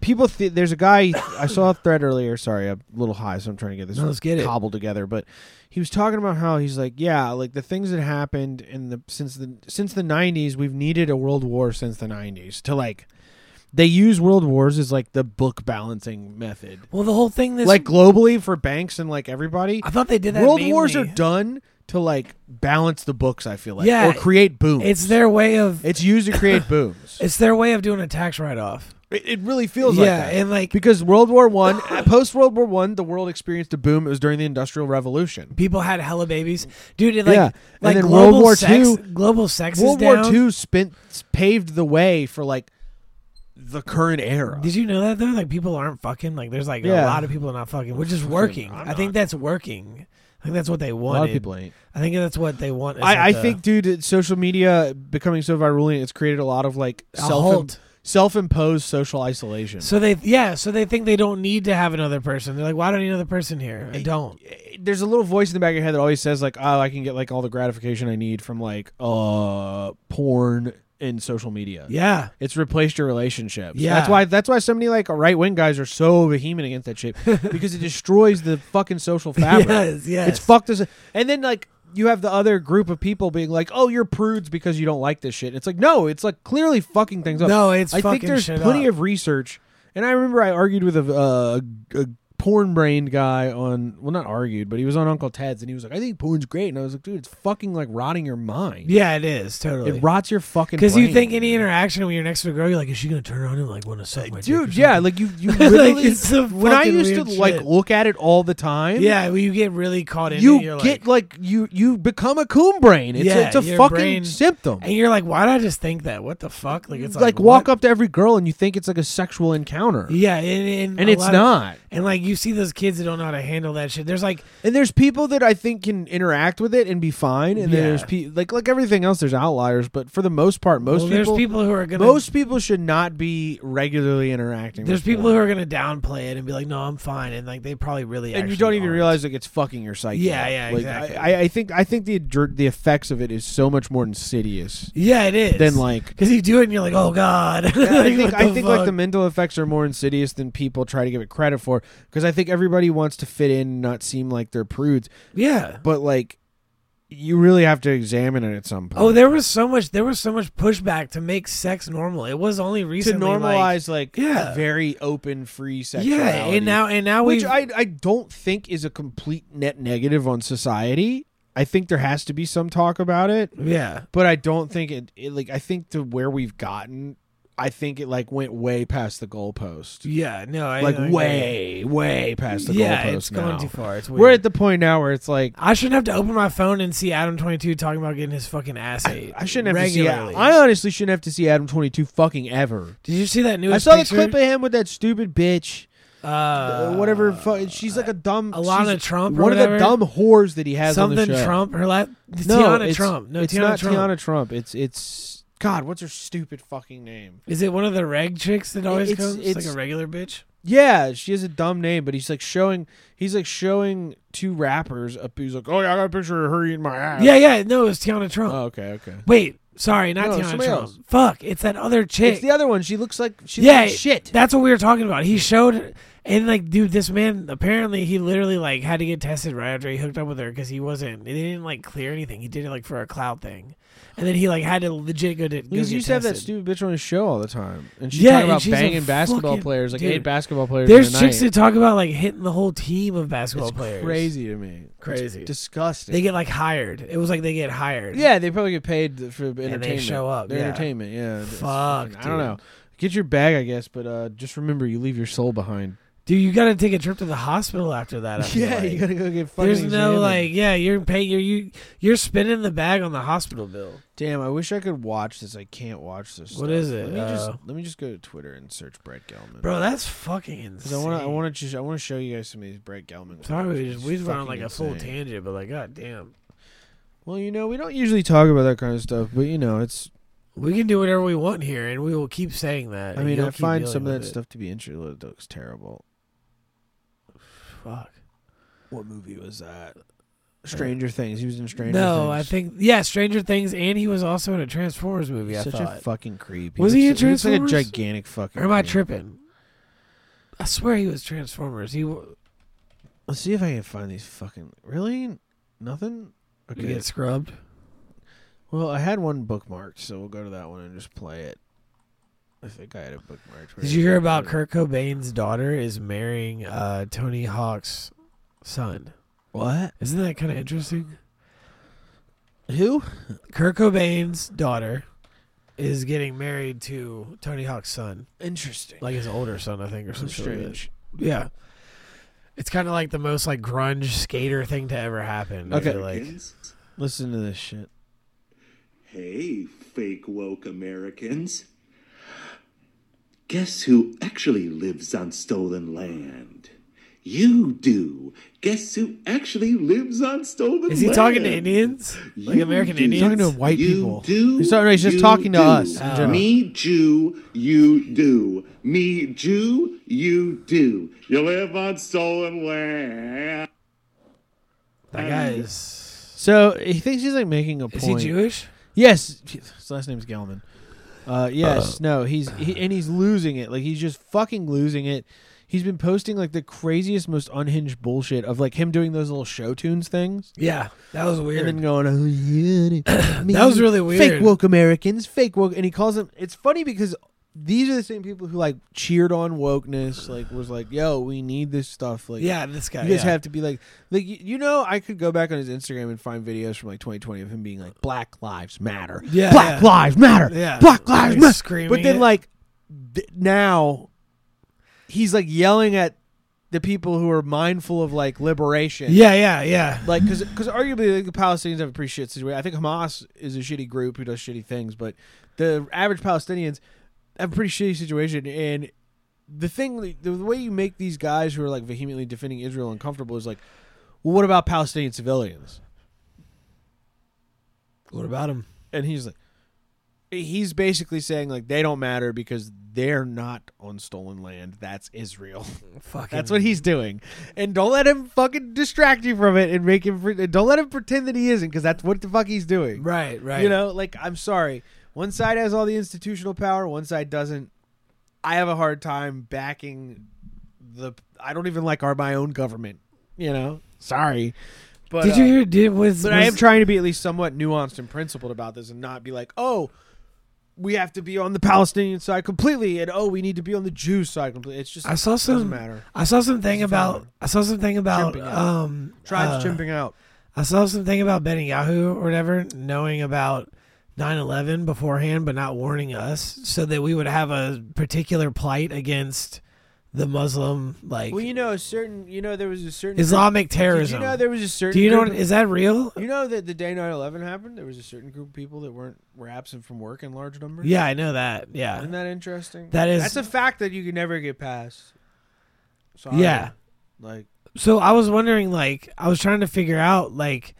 Speaker 2: People, th- there's a guy I saw a thread earlier. Sorry, I'm a little high, so I'm trying to get this
Speaker 3: No, let's get it.
Speaker 2: cobbled together. But he was talking about how he's like, yeah, like the things that happened in the since the since the '90s, we've needed a world war since the '90s to like. They use world wars as like the book balancing method,
Speaker 3: Well, the whole thing this
Speaker 2: like globally for banks and like everybody.
Speaker 3: I thought they did that.
Speaker 2: World wars are
Speaker 3: mainly-
Speaker 2: done to like balance the books. I feel like,
Speaker 3: Yeah,
Speaker 2: or create booms.
Speaker 3: It's their way of
Speaker 2: It's used to
Speaker 3: (laughs)
Speaker 2: create booms.
Speaker 3: it's their way of doing a tax write off.
Speaker 2: It, it really feels like
Speaker 3: Yeah,
Speaker 2: that.
Speaker 3: and like
Speaker 2: because World War (laughs) One, post World War One, the world experienced a boom. It was during the Industrial Revolution.
Speaker 3: people had hella babies, dude. And like
Speaker 2: Yeah, and
Speaker 3: like
Speaker 2: then
Speaker 3: global
Speaker 2: World War
Speaker 3: sex,
Speaker 2: Two-
Speaker 3: global sex
Speaker 2: World
Speaker 3: is
Speaker 2: War
Speaker 3: down.
Speaker 2: Two spent paved the way for like the current era.
Speaker 3: Did you know that though? Like people aren't fucking. Like there's like
Speaker 2: Yeah.
Speaker 3: a lot of people are not fucking, which is working. I think that's working. I think that's what they
Speaker 2: a
Speaker 3: wanted.
Speaker 2: lot of people ain't.
Speaker 3: I think that's what they want. is like
Speaker 2: I, I
Speaker 3: the-
Speaker 2: think, dude, it- social media becoming so virulent, it's created a lot of like
Speaker 3: A
Speaker 2: self
Speaker 3: halt.
Speaker 2: self imposed social isolation.
Speaker 3: so. They yeah. So they think they don't need to have another person. They're like, why do I need another person here? I don't.
Speaker 2: there's a little voice in the back of your head that always says like, "Oh, I can get like all the gratification I need from like uh porn and social media."
Speaker 3: Yeah.
Speaker 2: It's replaced your relationships.
Speaker 3: Yeah.
Speaker 2: That's why that's why so many like right wing guys are so vehement against that
Speaker 3: (laughs)
Speaker 2: shit. because it destroys the fucking social fabric.
Speaker 3: Yes. Yes.
Speaker 2: It's fucked as and then like you have the other group of people being like, "Oh, you're prudes because you don't like this shit." It's like, no, it's like clearly fucking things up.
Speaker 3: No, it's
Speaker 2: I think
Speaker 3: fucking
Speaker 2: there's
Speaker 3: shit
Speaker 2: plenty
Speaker 3: up.
Speaker 2: of research, and I remember I argued with a, uh, a porn brained guy on, well, not argued, but he was on Uncle Ted's, and he was like, "I think porn's great," and I was like, "Dude, it's fucking like rotting your mind.
Speaker 3: Yeah. It is totally.
Speaker 2: It rots your fucking."
Speaker 3: Because you
Speaker 2: brain,
Speaker 3: think any
Speaker 2: dude.
Speaker 3: interaction when you're next to a girl, you're like, is she gonna turn around and like want to suck my dick or
Speaker 2: dude yeah
Speaker 3: something?
Speaker 2: like you you
Speaker 3: (laughs) Like,
Speaker 2: literally
Speaker 3: it's some
Speaker 2: when i
Speaker 3: fucking
Speaker 2: used to
Speaker 3: weird
Speaker 2: like
Speaker 3: shit.
Speaker 2: look at it all the time
Speaker 3: yeah. Well, you get really caught in.
Speaker 2: you
Speaker 3: it, you're
Speaker 2: get
Speaker 3: like,
Speaker 2: like, you you become a coon brain it's,
Speaker 3: Yeah,
Speaker 2: it's a
Speaker 3: your
Speaker 2: fucking
Speaker 3: brain-
Speaker 2: symptom
Speaker 3: and you're like, why did I just think that? What the fuck? Like it's
Speaker 2: like,
Speaker 3: like,
Speaker 2: walk
Speaker 3: what?
Speaker 2: up to every girl and you think it's like a sexual encounter
Speaker 3: Yeah, and, and,
Speaker 2: and
Speaker 3: a
Speaker 2: it's
Speaker 3: lot of-
Speaker 2: not
Speaker 3: And like you see those kids that don't know how to handle that shit. There's like
Speaker 2: And there's people that I think can interact with it and be fine. And then
Speaker 3: Yeah.
Speaker 2: there's people like like everything else. There's outliers, but for the most part, most
Speaker 3: well,
Speaker 2: people,
Speaker 3: there's people who are gonna
Speaker 2: most people should not be regularly interacting.
Speaker 3: there's
Speaker 2: with
Speaker 3: people who are gonna downplay it and be like, no, I'm fine, and like they probably really
Speaker 2: and you
Speaker 3: actually
Speaker 2: don't even
Speaker 3: aren't.
Speaker 2: realize like it's fucking your psyche.
Speaker 3: Yeah, yeah,
Speaker 2: Like,
Speaker 3: exactly.
Speaker 2: I, I think I think the adr- the effects of it is so much more insidious
Speaker 3: Yeah, it is.
Speaker 2: than like
Speaker 3: because you do it and you're like, oh god.
Speaker 2: Yeah, I
Speaker 3: (laughs) Like,
Speaker 2: think
Speaker 3: what
Speaker 2: I think like the
Speaker 3: fuck?
Speaker 2: mental effects are more insidious than people try to give it credit for because I think everybody wants to fit in, and not seem like they're prudes,
Speaker 3: yeah.
Speaker 2: but like you really have to examine it at some point.
Speaker 3: Oh, there was so much. There was so much pushback to make sex normal. It was only
Speaker 2: to
Speaker 3: recently like-
Speaker 2: normalize like,
Speaker 3: yeah.
Speaker 2: a very open, free sexuality.
Speaker 3: yeah, and now and now we
Speaker 2: which I I don't think is a complete net negative on society. I think there has to be some talk about it.
Speaker 3: yeah
Speaker 2: but I don't think it, it like I think to where we've gotten, I think it like went way past the goalpost.
Speaker 3: yeah no I,
Speaker 2: Like
Speaker 3: I agree.
Speaker 2: way, way past the
Speaker 3: yeah
Speaker 2: goalpost
Speaker 3: it's
Speaker 2: now.
Speaker 3: gone too far. It's weird.
Speaker 2: We're at the point now where it's like
Speaker 3: I shouldn't have to open my phone and see Adam twenty two talking about getting his fucking ass ate.
Speaker 2: I shouldn't have
Speaker 3: regularly.
Speaker 2: to see. I honestly shouldn't have to see Adam twenty two fucking ever.
Speaker 3: Did you see that
Speaker 2: I
Speaker 3: newest?
Speaker 2: saw
Speaker 3: picture?
Speaker 2: the clip of him with that stupid bitch,
Speaker 3: Uh,
Speaker 2: uh, whatever. Fu- she's like a dumb
Speaker 3: Alana
Speaker 2: she's
Speaker 3: Trump or
Speaker 2: one of the
Speaker 3: whatever?
Speaker 2: dumb whores that he has
Speaker 3: something
Speaker 2: on the show.
Speaker 3: Trump. Her last
Speaker 2: No,
Speaker 3: Tiana
Speaker 2: it's-
Speaker 3: Trump. No,
Speaker 2: it's
Speaker 3: Tiana
Speaker 2: not
Speaker 3: Trump.
Speaker 2: Tiana Trump. It's it's God. What's her stupid fucking name?
Speaker 3: Is it one of the reg chicks that always
Speaker 2: It's-
Speaker 3: comes?
Speaker 2: it's-
Speaker 3: like a regular bitch.
Speaker 2: Yeah, she has a dumb name, but he's like showing he's like showing two rappers up. He's like, oh yeah, I got a picture of her eating my ass.
Speaker 3: Yeah, yeah. No, it was Tiana Trump.
Speaker 2: Oh, okay, okay.
Speaker 3: Wait, sorry, not
Speaker 2: No,
Speaker 3: Tiana
Speaker 2: somebody
Speaker 3: Trump.
Speaker 2: else.
Speaker 3: Fuck, it's that other chick.
Speaker 2: It's the other one. She looks like she
Speaker 3: yeah,
Speaker 2: looks like shit.
Speaker 3: That's what we were talking about. He showed, and like, dude, this man apparently he literally like had to get tested right after he hooked up with her because he wasn't. They didn't like clear anything. He did it like for a cloud thing, and then he like had to legit go to. Go
Speaker 2: Because
Speaker 3: get
Speaker 2: you used to have that
Speaker 3: tested.
Speaker 2: stupid bitch on his show all the time, and she's
Speaker 3: Yeah,
Speaker 2: talking
Speaker 3: and
Speaker 2: about
Speaker 3: she's a
Speaker 2: banging basketball
Speaker 3: fucking-
Speaker 2: players, like
Speaker 3: dude,
Speaker 2: eight basketball players. in
Speaker 3: There's
Speaker 2: a
Speaker 3: chicks
Speaker 2: night.
Speaker 3: that talk about like hitting the whole team of basketball
Speaker 2: It's
Speaker 3: players.
Speaker 2: crazy to me. It's
Speaker 3: Crazy.
Speaker 2: disgusting.
Speaker 3: They get like hired. It was like they get hired.
Speaker 2: yeah, they probably get paid th- for entertainment.
Speaker 3: show up,
Speaker 2: Their
Speaker 3: yeah.
Speaker 2: entertainment. Yeah. It's
Speaker 3: Fuck,
Speaker 2: fucking- I don't
Speaker 3: dude.
Speaker 2: know. Get your bag, I guess, but uh, just remember you leave your soul behind.
Speaker 3: Dude, you got to take a trip to the hospital
Speaker 2: (laughs)
Speaker 3: after that. I feel like.
Speaker 2: you gotta go get fucking.
Speaker 3: There's no
Speaker 2: examined.
Speaker 3: like, yeah, you're pay, you're you, you're spinning the bag on the hospital bill.
Speaker 2: Damn, I wish I could watch this. I can't watch this.
Speaker 3: What
Speaker 2: stuff.
Speaker 3: is it?
Speaker 2: Let me just
Speaker 3: Uh,
Speaker 2: let me just go to Twitter and search Brett Gelman.
Speaker 3: Bro, that's fucking
Speaker 2: because
Speaker 3: insane.
Speaker 2: I want to I want to I want to show you guys some of these Brett Gelman.
Speaker 3: Sorry,
Speaker 2: videos.
Speaker 3: we just, we
Speaker 2: It's
Speaker 3: just went on
Speaker 2: fucking
Speaker 3: like a full
Speaker 2: insane.
Speaker 3: tangent, but like, god damn,
Speaker 2: Well, you know, we don't usually talk about that kind of stuff, but you know, it's.
Speaker 3: we can do whatever we want here, and we will keep saying that.
Speaker 2: I
Speaker 3: and
Speaker 2: mean,
Speaker 3: you'll
Speaker 2: I
Speaker 3: Uh, keep
Speaker 2: find
Speaker 3: dealing
Speaker 2: some of
Speaker 3: with
Speaker 2: that
Speaker 3: it.
Speaker 2: stuff to be interesting. It looks terrible.
Speaker 3: Fuck.
Speaker 2: What movie was that? Stranger Things. He was in Stranger Things.
Speaker 3: Uh, No, I think yeah, Stranger Things, and he was also in a Transformers movie. I
Speaker 2: Such a
Speaker 3: thought.
Speaker 2: fucking creep.
Speaker 3: Was he
Speaker 2: looks-
Speaker 3: in
Speaker 2: looks like a
Speaker 3: Transformers?
Speaker 2: gigantic fucking.
Speaker 3: or am I
Speaker 2: creep.
Speaker 3: tripping? I swear he was Transformers. He w-
Speaker 2: Let's see if I can find these fucking. Really, nothing.
Speaker 3: you get scrubbed.
Speaker 2: Well, I had one bookmarked, so we'll go to that one and just play it. I think I had it bookmarked. Where
Speaker 3: Did
Speaker 2: is
Speaker 3: you
Speaker 2: it?
Speaker 3: hear about Kurt Cobain's daughter is marrying uh, Tony Hawk's son?
Speaker 2: What?
Speaker 3: Isn't that kind of interesting?
Speaker 2: Who?
Speaker 3: Kurt Cobain's daughter is getting married to Tony Hawk's son,
Speaker 2: Interesting.
Speaker 3: like his older son, I think, or something.
Speaker 2: strange.
Speaker 3: Yeah. It's kind of like the most like grunge skater thing to ever happen. I
Speaker 2: Okay.
Speaker 3: feel like
Speaker 2: Listen to this shit.
Speaker 1: Hey, fake woke Americans. Guess who actually lives on stolen land? You do. Guess who actually lives on stolen land?
Speaker 3: is he talking to Indians? Like
Speaker 1: You
Speaker 3: American
Speaker 1: do.
Speaker 3: Indians?
Speaker 2: Talking to white
Speaker 1: you
Speaker 2: people.
Speaker 1: Do,
Speaker 2: he's, talking, he's just
Speaker 1: you
Speaker 2: talking to
Speaker 1: do. Oh.
Speaker 2: us. in general.
Speaker 1: Me Jew, you do. Me Jew, you do. You live on stolen land.
Speaker 3: that guy is.
Speaker 2: So he thinks he's like making a
Speaker 3: Is he
Speaker 2: point.
Speaker 3: Jewish?
Speaker 2: Yes. His last name's Gelman. Uh, yes. no. He's he, and he's losing it. Like he's just fucking losing it. He's been posting like the craziest, most unhinged bullshit of like him doing those little show tunes things.
Speaker 3: Yeah, that was weird.
Speaker 2: and then going, oh, yeah,
Speaker 3: (clears throat)
Speaker 2: that
Speaker 3: That was really
Speaker 2: Fake
Speaker 3: weird.
Speaker 2: woke Americans, fake woke, and he calls them. It's funny because these are the same people who like cheered on wokeness, like was like, "Yo, we need this stuff." Like,
Speaker 3: yeah, this guy.
Speaker 2: you guys
Speaker 3: yeah.
Speaker 2: have to be like, like y- you know, I could go back on his Instagram and find videos from like 2020 of him being like, "Black lives matter,
Speaker 3: Yeah,
Speaker 2: Black
Speaker 3: yeah.
Speaker 2: lives matter,
Speaker 3: Yeah.
Speaker 2: Black lives
Speaker 3: Like
Speaker 2: matter,"
Speaker 3: screaming
Speaker 2: but then
Speaker 3: it.
Speaker 2: like th- now he's like yelling at the people who are mindful of like liberation
Speaker 3: Yeah, yeah, yeah.
Speaker 2: like because arguably like, the Palestinians have a pretty shit situation. I think Hamas is a shitty group who does shitty things, but the average Palestinians have a pretty shitty situation, and the thing, the way you make these guys who are like vehemently defending Israel uncomfortable is like, well, what about Palestinian civilians?
Speaker 3: What about him?
Speaker 2: And he's like, he's basically saying like they don't matter because they're not on stolen land. That's Israel.
Speaker 3: Fucking.
Speaker 2: That's what he's doing. And don't let him fucking distract you from it and make him. Pre- don't let him pretend that he isn't because that's what the fuck he's doing.
Speaker 3: Right. Right.
Speaker 2: You know, like I'm sorry. One side has all the institutional power, one side doesn't. I have a hard time backing the I don't even like our my own government, you know. Sorry. But
Speaker 3: Did
Speaker 2: uh,
Speaker 3: you hear? Did was?
Speaker 2: but I am trying to be at least somewhat nuanced and principled about this and not be like, "Oh, we have to be on the Palestinian side completely and oh, we need to be on the Jew side completely." It's just
Speaker 3: I saw
Speaker 2: doesn't
Speaker 3: some.
Speaker 2: matter.
Speaker 3: I saw something
Speaker 2: Doesn't
Speaker 3: about.
Speaker 2: matter.
Speaker 3: I saw something about.
Speaker 2: Chimping out.
Speaker 3: Um,
Speaker 2: Tribes
Speaker 3: uh,
Speaker 2: chimping out.
Speaker 3: I saw something about Ben Yahoo or whatever knowing about 9/11 beforehand, but not warning us, so that we would have a particular plight against the Muslim like
Speaker 2: Well, you know, a certain, you know, there was a certain
Speaker 3: Islamic
Speaker 2: Did you
Speaker 3: terrorism.
Speaker 2: know there was a certain
Speaker 3: Do you know
Speaker 2: group
Speaker 3: what,
Speaker 2: of-
Speaker 3: is that real?
Speaker 2: You know that the day 9/11 happened, there was a certain group of people that weren't were absent from work in large numbers.
Speaker 3: Yeah, I know that.
Speaker 2: isn't
Speaker 3: Yeah,
Speaker 2: that interesting?
Speaker 3: that is.
Speaker 2: That's a fact that you can never get past. Sorry.
Speaker 3: yeah.
Speaker 2: like
Speaker 3: So I was wondering, like, I was trying to figure out, like,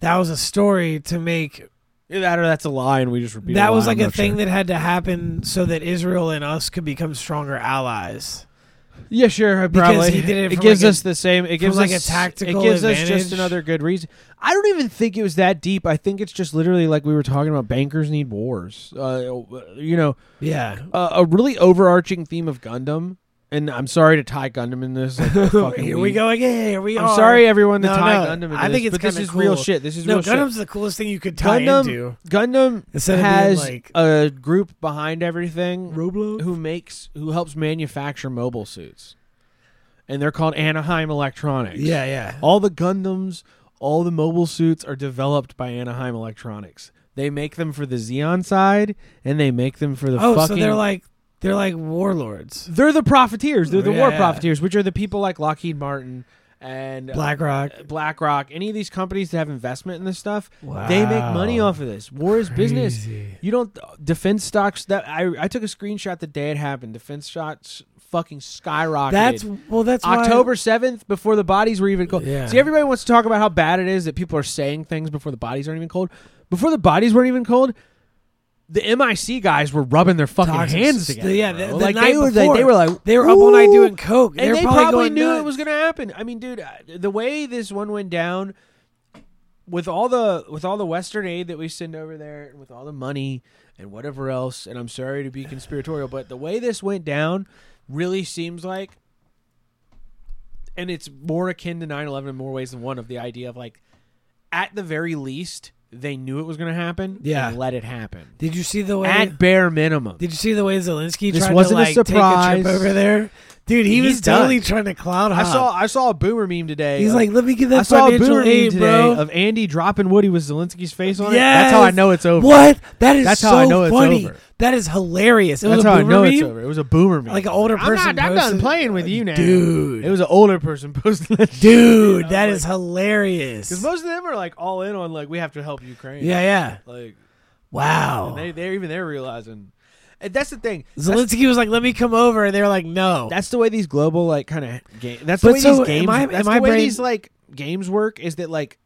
Speaker 3: that was a story to make
Speaker 2: either that or that's a lie, and we just repeat.
Speaker 3: that was like a thing that had to happen so that Israel and us could become stronger allies.
Speaker 2: yeah, sure,
Speaker 3: Because
Speaker 2: probably.
Speaker 3: he did it
Speaker 2: it
Speaker 3: from,
Speaker 2: gives
Speaker 3: like, a-
Speaker 2: us the same. It gives
Speaker 3: like, a
Speaker 2: us
Speaker 3: tactical
Speaker 2: It gives us
Speaker 3: advantage.
Speaker 2: just another good reason. I don't even think it was that deep. I think it's just literally like we were talking about. Bankers need wars. Uh, you know,
Speaker 3: Yeah.
Speaker 2: uh, a really overarching theme of Gundam. And I'm sorry to tie Gundam in this. Like,
Speaker 3: (laughs)
Speaker 2: a fucking
Speaker 3: Here we
Speaker 2: week.
Speaker 3: go again. Here we
Speaker 2: I'm
Speaker 3: are.
Speaker 2: sorry, everyone, to
Speaker 3: No,
Speaker 2: tie
Speaker 3: no.
Speaker 2: Gundam. Into
Speaker 3: I think
Speaker 2: this,
Speaker 3: it's
Speaker 2: but this
Speaker 3: kinda
Speaker 2: is real
Speaker 3: cool.
Speaker 2: shit. This is
Speaker 3: no,
Speaker 2: real shit.
Speaker 3: Gundam's the coolest thing you could tie
Speaker 2: Gundam-
Speaker 3: into.
Speaker 2: Gundam
Speaker 3: Instead of being,
Speaker 2: has
Speaker 3: like-
Speaker 2: a group behind everything
Speaker 3: Roblox?
Speaker 2: who makes who helps manufacture mobile suits, and they're called Anaheim Electronics.
Speaker 3: Yeah, yeah.
Speaker 2: all the Gundams, all the mobile suits are developed by Anaheim Electronics. They make them for the Xeon side, and they make them for the
Speaker 3: Oh, so
Speaker 2: fucking.
Speaker 3: they're like they're like warlords.
Speaker 2: they're the profiteers. They're the
Speaker 3: Oh, Yeah,
Speaker 2: war
Speaker 3: yeah.
Speaker 2: profiteers, which are the people like Lockheed Martin and uh,
Speaker 3: BlackRock.
Speaker 2: BlackRock, any of these companies that have investment in this stuff, they make money
Speaker 3: Wow.
Speaker 2: off of this. War is business.
Speaker 3: Crazy.
Speaker 2: You don't defense stocks. That I I took a screenshot the day it happened. Defense stocks fucking skyrocketed.
Speaker 3: That's well. That's why-
Speaker 2: October seventh, before the bodies were even cold.
Speaker 3: Yeah.
Speaker 2: See, everybody wants to talk about how bad it is that people are saying things before the bodies aren't even cold. Before the bodies weren't even cold, the MIC guys were rubbing their fucking
Speaker 3: Toxic-
Speaker 2: hands together.
Speaker 3: Yeah,
Speaker 2: bro.
Speaker 3: the, the
Speaker 2: like
Speaker 3: night
Speaker 2: they were,
Speaker 3: before,
Speaker 2: they were like
Speaker 3: they were up all night
Speaker 2: "Ooh."
Speaker 3: doing coke,
Speaker 2: and
Speaker 3: were
Speaker 2: they probably,
Speaker 3: going
Speaker 2: knew
Speaker 3: nuts.
Speaker 2: it was going to happen. I mean, dude, I- the way this one went down with all the with all the Western aid that we send over there, and with all the money and whatever else, and I'm sorry to be conspiratorial, but the way this went down really seems like, and it's more akin to 9/11 in more ways than one of the idea of like, at the very least, they knew it was going to happen,
Speaker 3: Yeah.
Speaker 2: and let it happen.
Speaker 3: Did you see the way?
Speaker 2: At bare minimum,
Speaker 3: did you see the way Zelensky
Speaker 2: This
Speaker 3: tried
Speaker 2: wasn't a
Speaker 3: to like take a
Speaker 2: surprise.
Speaker 3: trip over there? Dude, he
Speaker 2: He's
Speaker 3: was
Speaker 2: done.
Speaker 3: totally trying to cloud
Speaker 2: I
Speaker 3: hop.
Speaker 2: saw I saw a boomer meme today.
Speaker 3: He's
Speaker 2: of-
Speaker 3: like, let me get that
Speaker 2: I saw a
Speaker 3: financial
Speaker 2: boomer meme
Speaker 3: aid,
Speaker 2: today
Speaker 3: bro.
Speaker 2: of Andy dropping Woody with Zelensky's face on it.
Speaker 3: Yes.
Speaker 2: That's how I know it's over.
Speaker 3: What? That is
Speaker 2: That's
Speaker 3: so
Speaker 2: how I know it's
Speaker 3: funny.
Speaker 2: over.
Speaker 3: That is hilarious. It
Speaker 2: That's
Speaker 3: was a
Speaker 2: how I
Speaker 3: boomer
Speaker 2: know
Speaker 3: meme?
Speaker 2: it's over. It was a boomer meme.
Speaker 3: Like an older person.
Speaker 2: I'm, not, I'm done
Speaker 3: posted-
Speaker 2: playing with you now,
Speaker 3: Dude.
Speaker 2: It was an older person posting that.
Speaker 3: Dude, that is hilarious.
Speaker 2: Because most of them are like all in on like we have to help Ukraine.
Speaker 3: yeah, yeah.
Speaker 2: Like
Speaker 3: Wow.
Speaker 2: and they they're even they're realizing. And that's the thing. That's,
Speaker 3: Zelensky was like, "Let me come over," and they were like, "No."
Speaker 2: that's the way these global like kind of game. That's the
Speaker 3: But
Speaker 2: way
Speaker 3: so,
Speaker 2: these games.
Speaker 3: am I-
Speaker 2: that's
Speaker 3: am
Speaker 2: the
Speaker 3: I
Speaker 2: way
Speaker 3: brain-
Speaker 2: these like games work is that like.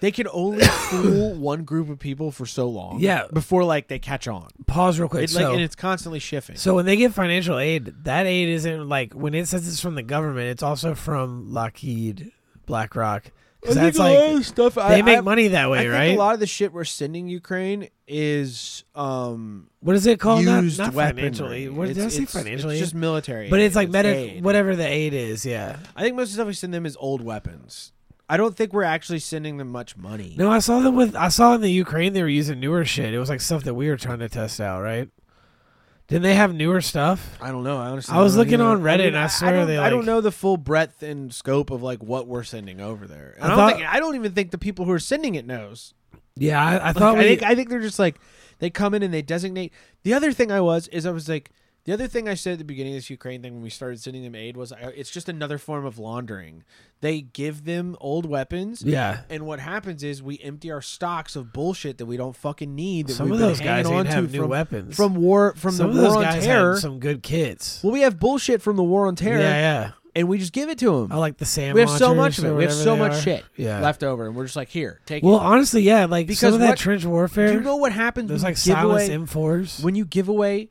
Speaker 2: They can
Speaker 3: (coughs)
Speaker 2: only fool one group of people for so long,
Speaker 3: Yeah.
Speaker 2: Before like they catch on,
Speaker 3: Pause real quick.
Speaker 2: It, like,
Speaker 3: so,
Speaker 2: and it's constantly shifting.
Speaker 3: so when they get financial aid, that aid isn't like when it says it's from the government. It's also from Lockheed, BlackRock, because that's like
Speaker 2: stuff
Speaker 3: they make money that
Speaker 2: I
Speaker 3: way,
Speaker 2: think
Speaker 3: right?
Speaker 2: a lot of the shit we're sending Ukraine is um
Speaker 3: what is it called? Not,
Speaker 2: used
Speaker 3: not financial
Speaker 2: weaponry.
Speaker 3: aid. What did I
Speaker 2: It's-
Speaker 3: say?
Speaker 2: it's-
Speaker 3: Financial
Speaker 2: it's
Speaker 3: aid.
Speaker 2: just military.
Speaker 3: but it's
Speaker 2: aid.
Speaker 3: like medic,
Speaker 2: aid.
Speaker 3: whatever the aid is. Yeah.
Speaker 2: I think most of the stuff we send them is old weapons. I don't think we're actually sending them much money.
Speaker 3: No, I saw them with. I saw in the Ukraine they were using newer shit. It was like stuff that we were trying to test out, right? Didn't they have newer stuff?
Speaker 2: I don't know. I honestly,
Speaker 3: I was
Speaker 2: don't know
Speaker 3: looking
Speaker 2: either.
Speaker 3: on Reddit,
Speaker 2: mean,
Speaker 3: and I swear
Speaker 2: don't,
Speaker 3: they,
Speaker 2: I don't
Speaker 3: like-
Speaker 2: know the full breadth and scope of like what we're sending over there. And
Speaker 3: I
Speaker 2: I,
Speaker 3: thought-
Speaker 2: don't think, I don't even think the people who are sending it knows.
Speaker 3: Yeah, I, I thought
Speaker 2: Like,
Speaker 3: we.
Speaker 2: I think I think they're just like they come in and they designate. The other thing I was is I was like The other thing I said at the beginning of this Ukraine thing when we started sending them aid was uh, it's just another form of laundering. They give them old weapons.
Speaker 3: Yeah.
Speaker 2: And what happens is we empty our stocks of bullshit that we don't fucking need. That
Speaker 3: Some
Speaker 2: we've
Speaker 3: of
Speaker 2: been
Speaker 3: those guys
Speaker 2: hanging on
Speaker 3: ain't
Speaker 2: to
Speaker 3: have new
Speaker 2: from,
Speaker 3: weapons.
Speaker 2: from war from
Speaker 3: some
Speaker 2: the
Speaker 3: of those
Speaker 2: war on
Speaker 3: guys
Speaker 2: terror.
Speaker 3: had some good kits.
Speaker 2: well, we have bullshit from the war on terror,
Speaker 3: Yeah, yeah.
Speaker 2: and we just give it to them.
Speaker 3: I like the Sam.
Speaker 2: we have so much of
Speaker 3: launchers or
Speaker 2: it. We have
Speaker 3: whatever
Speaker 2: so
Speaker 3: they
Speaker 2: much
Speaker 3: are.
Speaker 2: shit
Speaker 3: Yeah.
Speaker 2: left over, and we're just like, here, take
Speaker 3: Well,
Speaker 2: it.
Speaker 3: honestly, yeah. Like some
Speaker 2: Because
Speaker 3: of that
Speaker 2: what-
Speaker 3: trench
Speaker 2: do
Speaker 3: warfare.
Speaker 2: you know what happens?
Speaker 3: those
Speaker 2: when
Speaker 3: like
Speaker 2: you give
Speaker 3: silenced
Speaker 2: away,
Speaker 3: M4s.
Speaker 2: when you give away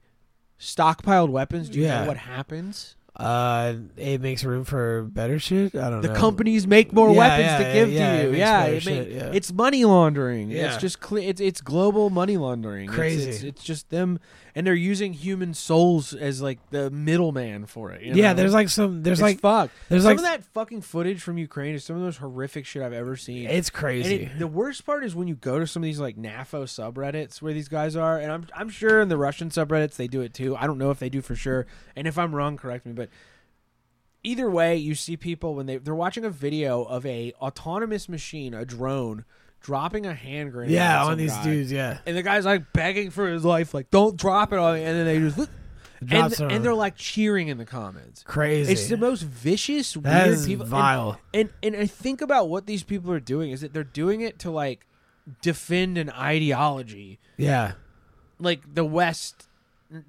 Speaker 2: stockpiled weapons. Do you
Speaker 3: Yeah.
Speaker 2: know what happens?
Speaker 3: uh, it makes room for better shit. I don't
Speaker 2: The
Speaker 3: know.
Speaker 2: companies make more
Speaker 3: Yeah,
Speaker 2: weapons
Speaker 3: yeah,
Speaker 2: to
Speaker 3: yeah,
Speaker 2: give
Speaker 3: yeah, it
Speaker 2: to you.
Speaker 3: makes
Speaker 2: yeah,
Speaker 3: more
Speaker 2: it
Speaker 3: shit, yeah.
Speaker 2: it's money laundering. It's
Speaker 3: Yeah.
Speaker 2: just cle it's it's global money laundering. It's-
Speaker 3: Crazy.
Speaker 2: It's, it's just them, and they're using human souls as like the middleman for it. you
Speaker 3: Yeah,
Speaker 2: know?
Speaker 3: there's like some. There's
Speaker 2: It's
Speaker 3: like
Speaker 2: fuck.
Speaker 3: there's
Speaker 2: some
Speaker 3: like-
Speaker 2: of that fucking footage from Ukraine is some of the most horrific shit I've ever seen.
Speaker 3: it's
Speaker 2: And
Speaker 3: crazy.
Speaker 2: it, the worst part is when you go to some of these like NAFO subreddits where these guys are, and I'm I'm sure in the Russian subreddits they do it too. I don't know if they do for sure, and if I'm wrong, correct me. But either way, you see people when they they're watching a video of a autonomous machine, a drone, dropping a hand grenade.
Speaker 3: yeah,
Speaker 2: some
Speaker 3: on these
Speaker 2: guy.
Speaker 3: dudes. Yeah,
Speaker 2: and the guy's like begging for his life, like don't drop it on me, and then they just. And,
Speaker 3: Drops it on
Speaker 2: and
Speaker 3: him.
Speaker 2: they're like cheering in the comments.
Speaker 3: crazy.
Speaker 2: It's the most vicious,
Speaker 3: That
Speaker 2: weird
Speaker 3: is
Speaker 2: people. and-
Speaker 3: vile.
Speaker 2: And, and I think about what these people are doing is that they're doing it to like defend an ideology,
Speaker 3: yeah,
Speaker 2: like the West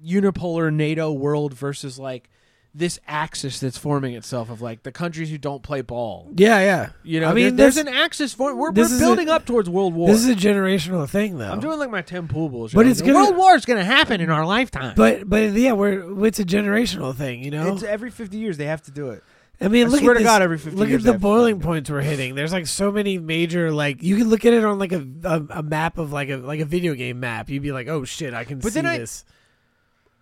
Speaker 2: unipolar NATO world versus like this axis that's forming itself of like the countries who don't play ball.
Speaker 3: yeah, yeah.
Speaker 2: You know,
Speaker 3: I
Speaker 2: there-
Speaker 3: mean,
Speaker 2: there's
Speaker 3: this-
Speaker 2: an axis form. We're,
Speaker 3: this
Speaker 2: we're
Speaker 3: is a-
Speaker 2: building up towards World War.
Speaker 3: This is a generational thing, though.
Speaker 2: I'm doing like my Tim Pool bullshit.
Speaker 3: But it's
Speaker 2: Like,
Speaker 3: gonna-
Speaker 2: World War is going to happen in our lifetime.
Speaker 3: but but yeah, we're it's a generational thing, you know.
Speaker 2: it's every 50 years they have to do it.
Speaker 3: I mean,
Speaker 2: I
Speaker 3: look
Speaker 2: swear to
Speaker 3: at this,
Speaker 2: God, every 50
Speaker 3: look
Speaker 2: years
Speaker 3: at
Speaker 2: they
Speaker 3: the
Speaker 2: have
Speaker 3: boiling
Speaker 2: (laughs)
Speaker 3: points we're hitting. There's like so many major like you can look at it on like a a, a map of like a like a video game map. You'd be like, oh shit, I can
Speaker 2: But
Speaker 3: see
Speaker 2: then I-
Speaker 3: this.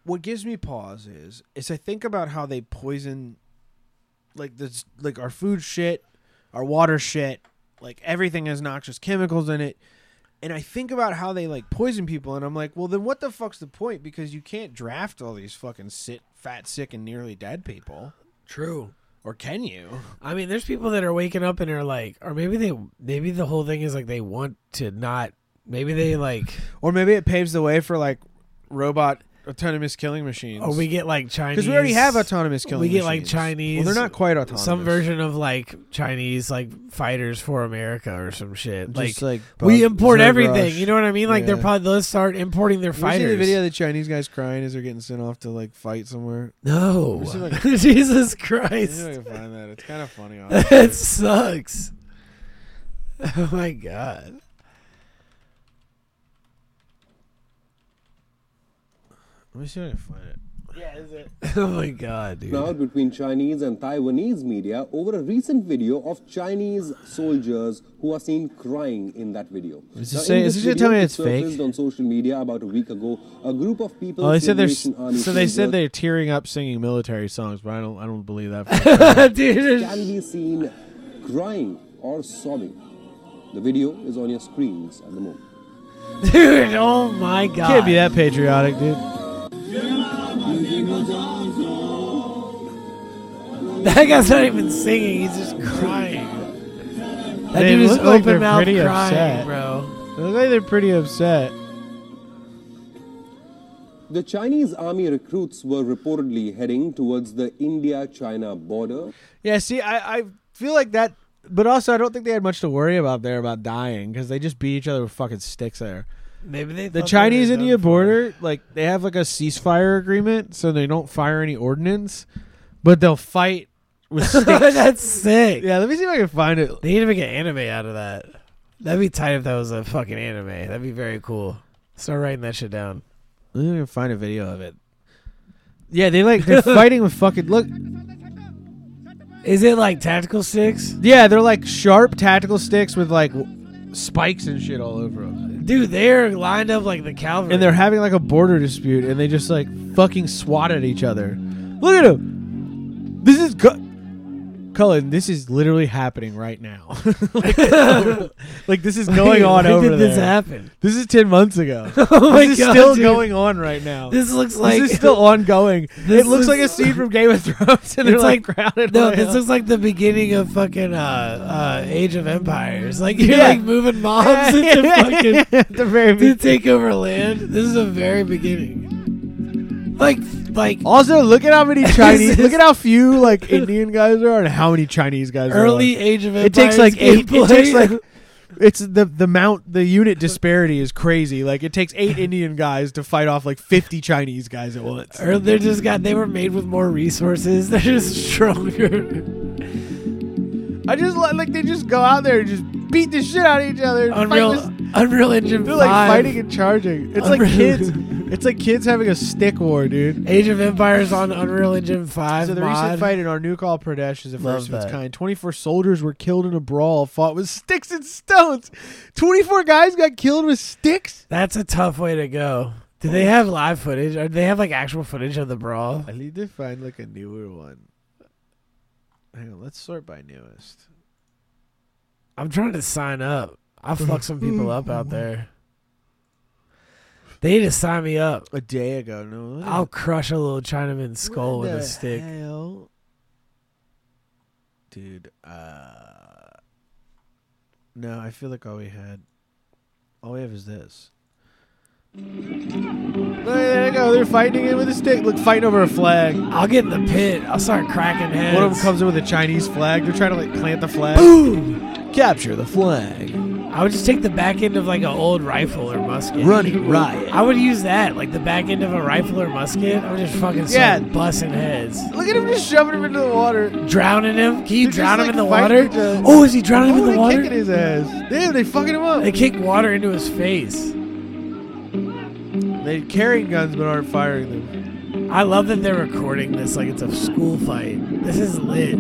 Speaker 2: what gives me pause is is I think about how they poison like this like our food shit, our water shit, like everything has noxious chemicals in it. And I think about how they like poison people and I'm like, well then what the fuck's the point? Because you can't draft all these fucking sit fat, sick and nearly dead people.
Speaker 3: True.
Speaker 2: Or can you?
Speaker 3: I mean, there's people that are waking up and are like, or maybe they maybe the whole thing is like they want to not. Maybe they like,
Speaker 2: Or maybe it paves the way for like robot autonomous killing machines.
Speaker 3: or oh, we get like Chinese
Speaker 2: because we already have autonomous killing
Speaker 3: We get like
Speaker 2: machines.
Speaker 3: Chinese.
Speaker 2: Well, they're not quite autonomous.
Speaker 3: some version of like Chinese like fighters for America or some shit.
Speaker 2: Just,
Speaker 3: like,
Speaker 2: like,
Speaker 3: we
Speaker 2: Bug-
Speaker 3: import
Speaker 2: Zerg
Speaker 3: everything.
Speaker 2: Rush.
Speaker 3: You know what I mean? Like they're
Speaker 2: Yeah.
Speaker 3: probably they'll start importing their
Speaker 2: Have you seen
Speaker 3: fighters.
Speaker 2: the video of the Chinese guys crying as they're getting sent off to like fight (laughs) somewhere?
Speaker 3: No, (laughs)
Speaker 2: Have you (laughs)
Speaker 3: Jesus
Speaker 2: I think I
Speaker 3: Christ,
Speaker 2: can find that. It's kind of (laughs) funny. honestly.
Speaker 3: that sucks. (laughs) Oh my god. (laughs)
Speaker 2: Let me see if I can find it.
Speaker 3: Oh my god, dude. (laughs)
Speaker 9: Now between Chinese and Taiwanese media over a recent video of Chinese soldiers who are seen crying in that video.
Speaker 2: Is this
Speaker 9: Now, in
Speaker 2: say- is this gonna tell me
Speaker 9: video,
Speaker 2: it's
Speaker 9: which surfaced
Speaker 2: fake?
Speaker 9: on social media about a week ago. A group of people.
Speaker 2: Oh, they said they're
Speaker 9: Salvation Army
Speaker 2: so they said
Speaker 9: soldiers
Speaker 2: they're tearing up singing military songs, but I don't I don't believe that. (laughs) For a second.
Speaker 3: dude, it's-
Speaker 9: can be seen crying or sobbing. The video is on your screens at the moment.
Speaker 3: dude, oh my god.
Speaker 2: Can't be that patriotic, dude.
Speaker 3: That guy's not even singing, he's just crying. That
Speaker 2: They
Speaker 3: dude is
Speaker 2: look like they're
Speaker 3: open mouth
Speaker 2: pretty
Speaker 3: crying,
Speaker 2: upset.
Speaker 3: bro.
Speaker 2: Looks like they're pretty upset.
Speaker 9: The Chinese army recruits were reportedly heading towards the India-China border.
Speaker 2: Yeah, see, I I feel like that, but also I don't think they had much to worry about there about dying because they just beat each other with fucking sticks there.
Speaker 3: Maybe they
Speaker 2: The
Speaker 3: thought they were
Speaker 2: Chinese
Speaker 3: done (laughs)
Speaker 2: India
Speaker 3: for.
Speaker 2: border, like they have like a ceasefire agreement, so they don't fire any ordnance, but they'll fight with (laughs) sticks.
Speaker 3: That's sick.
Speaker 2: yeah, let me see if I can find it.
Speaker 3: They need to make an anime out of that. That'd be tight if that was a fucking anime. That'd be very cool. Start writing that shit down.
Speaker 2: Let me find a video of it. Yeah, they like they're fighting with fucking look.
Speaker 3: Is it like Tactical Six?
Speaker 2: Yeah, they're like sharp tactical sticks with like w- spikes and shit all over them,
Speaker 3: Dude, they're lined up like the cavalry. (laughs)
Speaker 2: and they're having like a border dispute, and they just like fucking swat at each other. Look at him. This is cu- Cullen. This is literally happening right now. (laughs) like, like, this is going
Speaker 3: Wait,
Speaker 2: on
Speaker 3: when
Speaker 2: over
Speaker 3: did
Speaker 2: there.
Speaker 3: this happen?
Speaker 2: This is ten months ago.
Speaker 3: (laughs) Oh
Speaker 2: (laughs)
Speaker 3: my
Speaker 2: this is
Speaker 3: God,
Speaker 2: still
Speaker 3: dude.
Speaker 2: going on right now.
Speaker 3: This looks like
Speaker 2: this is still ongoing.
Speaker 3: This
Speaker 2: It looks
Speaker 3: is-
Speaker 2: like a scene from Game of Thrones,
Speaker 3: (laughs)
Speaker 2: and they're
Speaker 3: It's
Speaker 2: like,
Speaker 3: like-
Speaker 2: crowded.
Speaker 3: (laughs) No,
Speaker 2: around. (laughs)
Speaker 3: this (laughs) looks like the beginning of fucking uh, uh, Age of Empires. Like you're
Speaker 2: Yeah.
Speaker 3: like moving
Speaker 2: (laughs)
Speaker 3: mobs into fucking
Speaker 2: at the very
Speaker 3: to
Speaker 2: beginning.
Speaker 3: take over land. This is the very beginning. Like like
Speaker 2: Also, look at how
Speaker 3: (laughs)
Speaker 2: many Chinese. look at how few like Indian guys there are, and how many Chinese guys there
Speaker 3: early
Speaker 2: are.
Speaker 3: Age of Empires.
Speaker 2: It takes like eight. It
Speaker 3: gameplay.
Speaker 2: takes like it's the the mount the unit disparity is crazy. Like it takes eight Indian guys to fight off like fifty Chinese guys at once.
Speaker 3: Or they just got they were made with more resources. (laughs) They're just stronger.
Speaker 2: I just li- like they just go out there and just beat the shit out of each other. and fight
Speaker 3: Unreal
Speaker 2: this-
Speaker 3: Unreal Engine
Speaker 2: they're like
Speaker 3: 5.
Speaker 2: fighting and charging. It's like
Speaker 3: Unreal-
Speaker 2: kids. It's like kids having a stick war, dude.
Speaker 3: Age of Empires on Unreal Engine 5
Speaker 2: So the
Speaker 3: mod.
Speaker 2: recent fight in our new call Pradesh is the
Speaker 3: Love
Speaker 2: first of its
Speaker 3: that.
Speaker 2: kind. 24 soldiers were killed in a brawl fought with sticks and stones. 24 guys got killed with sticks?
Speaker 3: That's a tough way to go. Do they have live footage? Or do they have like actual footage of the brawl?
Speaker 2: I need to find like a newer one. Hang on, let's sort by newest.
Speaker 3: I'm trying to sign up. I'll
Speaker 2: Mm-hmm.
Speaker 3: fuck some people up out there. They need to sign me up.
Speaker 2: A day ago, no.
Speaker 3: I'll crush a little Chinaman's skull with a stick.
Speaker 2: Hell? Dude, uh No, I feel like all we had all we have is this. Look, There you go. They're fighting it with a stick. Look, fighting over a flag. One
Speaker 3: I'll get in the pit. I'll start cracking heads.
Speaker 2: of them comes in with a Chinese flag. They're trying to like plant the flag.
Speaker 3: Boom!
Speaker 2: Capture the flag.
Speaker 3: I would just take the back end of like an old rifle or musket.
Speaker 2: Running riot.
Speaker 3: I would use that, like the back end of a rifle or musket. I would just fucking
Speaker 2: Yeah.
Speaker 3: start busting heads.
Speaker 2: Look at him just shoving him into the water.
Speaker 3: Drowning him? Can you
Speaker 2: They're just,
Speaker 3: drown him
Speaker 2: like,
Speaker 3: in the
Speaker 2: fighting
Speaker 3: water?
Speaker 2: each other.
Speaker 3: Oh, is he drowning him
Speaker 2: Oh,
Speaker 3: in the
Speaker 2: they're
Speaker 3: water?
Speaker 2: kicking his ass. Damn, they fucking him up.
Speaker 3: They kick water into his face.
Speaker 2: They're carrying guns but aren't firing them.
Speaker 3: I love that they're recording this like it's a school fight. This is lit.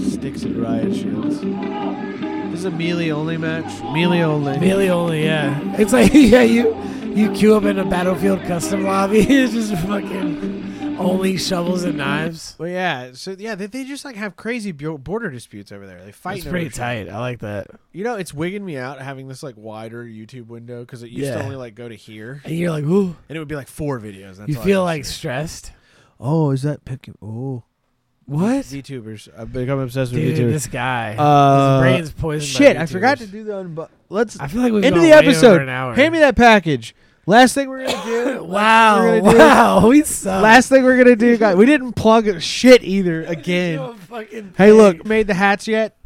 Speaker 2: Sticks and riot shields. This is a melee only match. Melee only.
Speaker 3: Melee only, yeah. It's like (laughs) yeah, you you queue up in a battlefield custom lobby. (laughs) It's just fucking only shovels and knives.
Speaker 2: Well, yeah. So yeah, they, they just like have crazy bu- border disputes over there. They fight.
Speaker 3: It's pretty tight. I like that.
Speaker 2: You know, it's wigging me out having this like wider YouTube window because it used to
Speaker 3: Yeah.
Speaker 2: only like go to here,
Speaker 3: And you're like, ooh,
Speaker 2: and it would be like four videos. That's
Speaker 3: you
Speaker 2: all I
Speaker 3: feel
Speaker 2: could
Speaker 3: like
Speaker 2: see.
Speaker 3: stressed.
Speaker 2: oh, is that picking? Oh,
Speaker 3: What?
Speaker 2: VTubers. I've become obsessed with
Speaker 3: Dude,
Speaker 2: VTubers.
Speaker 3: this guy.
Speaker 2: Uh,
Speaker 3: his brain's poisoned. by
Speaker 2: Shit, I forgot
Speaker 3: VTubers.
Speaker 2: to do the unbox. Let's
Speaker 3: I feel like we've
Speaker 2: end of
Speaker 3: gone
Speaker 2: the
Speaker 3: way
Speaker 2: episode.
Speaker 3: Over an hour.
Speaker 2: Hand me that package. Last thing we're gonna (laughs)
Speaker 3: (laughs)
Speaker 2: do.
Speaker 3: Wow,
Speaker 2: We're gonna do-
Speaker 3: wow, we suck. (laughs)
Speaker 2: Last thing we're gonna do, guys. We didn't plug shit either. Again.
Speaker 3: Didn't do a fucking
Speaker 2: Hey,
Speaker 3: thing.
Speaker 2: look, made the hats yet?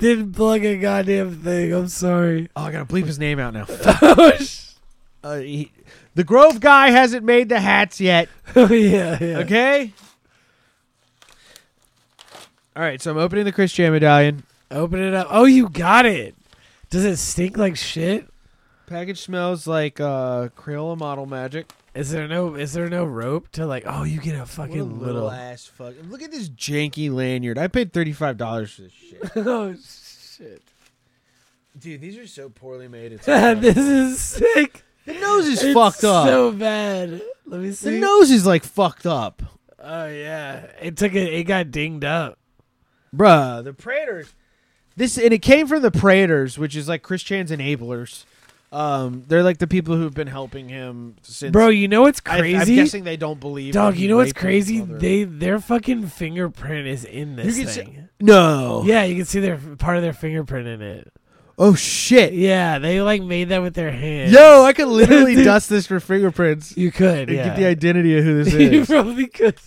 Speaker 3: didn't plug a goddamn thing. I'm sorry. (laughs) Oh,
Speaker 2: Oh, I gotta bleep his name out now. uh, he, the Grove guy hasn't made the hats (laughs) yet.
Speaker 3: oh (laughs) yeah, yeah.
Speaker 2: Okay. All right, so I'm opening the Chris J medallion.
Speaker 3: Open it up. Oh, you got it. Does it stink like shit?
Speaker 2: Package smells like uh, Crayola model magic.
Speaker 3: Is there no is there no rope to like? Oh, you get a fucking little.
Speaker 2: ass fuck. Look at this janky lanyard. I paid thirty five dollars for this shit.
Speaker 3: (laughs)
Speaker 2: (laughs)
Speaker 3: oh shit! (laughs)
Speaker 2: Dude, these are so poorly made. (laughs) It's
Speaker 3: this is sick.
Speaker 2: the nose is
Speaker 3: It's
Speaker 2: fucked up.
Speaker 3: So bad. Let me
Speaker 2: the
Speaker 3: see.
Speaker 2: nose is like fucked up,
Speaker 3: oh yeah, it took it. It got dinged up.
Speaker 2: bruh. The Praetors. This and it came from the Praetors, which is like Chris Chan's enablers. Um, they're like the people who've been helping him since.
Speaker 3: Bro, you know what's
Speaker 2: I,
Speaker 3: crazy?
Speaker 2: I'm guessing they don't believe.
Speaker 3: Dog,
Speaker 2: that
Speaker 3: you
Speaker 2: he
Speaker 3: know what's
Speaker 2: raped them
Speaker 3: crazy?
Speaker 2: while they're-
Speaker 3: They their fucking fingerprint is in this
Speaker 2: can see-
Speaker 3: thing.
Speaker 2: no.
Speaker 3: yeah, you can see their part of their fingerprint in it.
Speaker 2: Oh shit.
Speaker 3: Yeah, they like made that with their hands.
Speaker 2: Yo, I could
Speaker 3: (laughs)
Speaker 2: literally dust this for fingerprints
Speaker 3: you could.
Speaker 2: and
Speaker 3: Yeah.
Speaker 2: get the
Speaker 3: (laughs)
Speaker 2: identity of who this
Speaker 3: you
Speaker 2: is.
Speaker 3: probably could.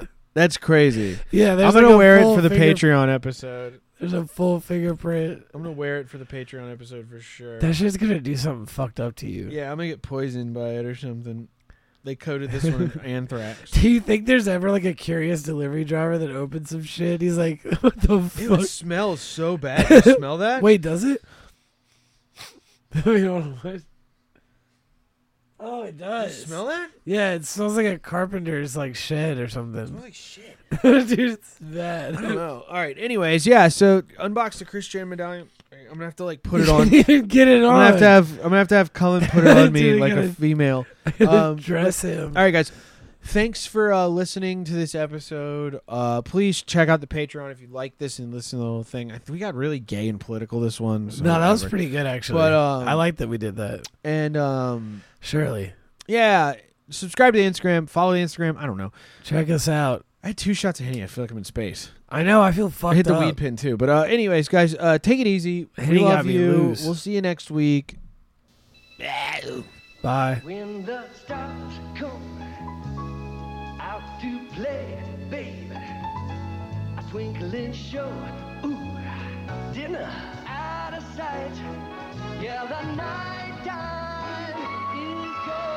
Speaker 2: (laughs) That's crazy.
Speaker 3: Yeah, there's
Speaker 2: I'm gonna
Speaker 3: like a
Speaker 2: wear it
Speaker 3: full
Speaker 2: for the
Speaker 3: finger-
Speaker 2: Patreon episode.
Speaker 3: There's a full fingerprint.
Speaker 2: I'm gonna wear it for the Patreon episode for sure.
Speaker 3: That shit's gonna do something fucked up to you.
Speaker 2: Yeah, I'm gonna get poisoned by it or something. They coated this one
Speaker 3: (laughs)
Speaker 2: in anthrax.
Speaker 3: Do you think there's ever like a curious delivery driver that opens some shit? He's like, (laughs) what the
Speaker 2: Dude, it
Speaker 3: fuck?
Speaker 2: smells so bad. You (laughs) smell that?
Speaker 3: Wait, does it? (laughs) Wait, hold on, what? Oh, it
Speaker 2: you
Speaker 3: does.
Speaker 2: smell that?
Speaker 3: Yeah, it smells like a carpenter's like shed or something.
Speaker 2: Holy shit!
Speaker 3: (laughs) Dude, it's
Speaker 2: I don't
Speaker 3: (laughs) bad.
Speaker 2: know. All right. Anyways, yeah. So unbox the Christian medallion. I'm gonna have to like put it (laughs) on. I'm
Speaker 3: Get it on.
Speaker 2: gonna have to have. I'm gonna have to have Cullen put (laughs) it on me
Speaker 3: Dude, you
Speaker 2: like a
Speaker 3: gotta-
Speaker 2: (laughs) female.
Speaker 3: (laughs)
Speaker 2: um,
Speaker 3: dress him.
Speaker 2: All right, guys. Thanks for uh, listening to this episode. Uh, please check out the Patreon if you like this and listen to the whole thing. I, we got really gay and political this one. So
Speaker 3: no, that was
Speaker 2: whatever.
Speaker 3: pretty good actually.
Speaker 2: But, um,
Speaker 3: I like that we did that.
Speaker 2: And um,
Speaker 3: Surely,
Speaker 2: yeah, subscribe to the Instagram. Follow the Instagram. I don't know.
Speaker 3: check us out.
Speaker 2: I had two shots of Henny. I feel like I'm in space.
Speaker 3: I know. I feel fucked
Speaker 2: I hit the
Speaker 3: up.
Speaker 2: weed pin too. But uh, anyways, guys, uh, take it easy.
Speaker 3: Henny
Speaker 2: we
Speaker 3: got
Speaker 2: love
Speaker 3: me
Speaker 2: you.
Speaker 3: loose.
Speaker 2: We'll see you next week.
Speaker 3: Bye.
Speaker 10: When the stars come Play it, baby. A twinkling show. Ooh, dinner out of sight. Yeah, the night time is gone.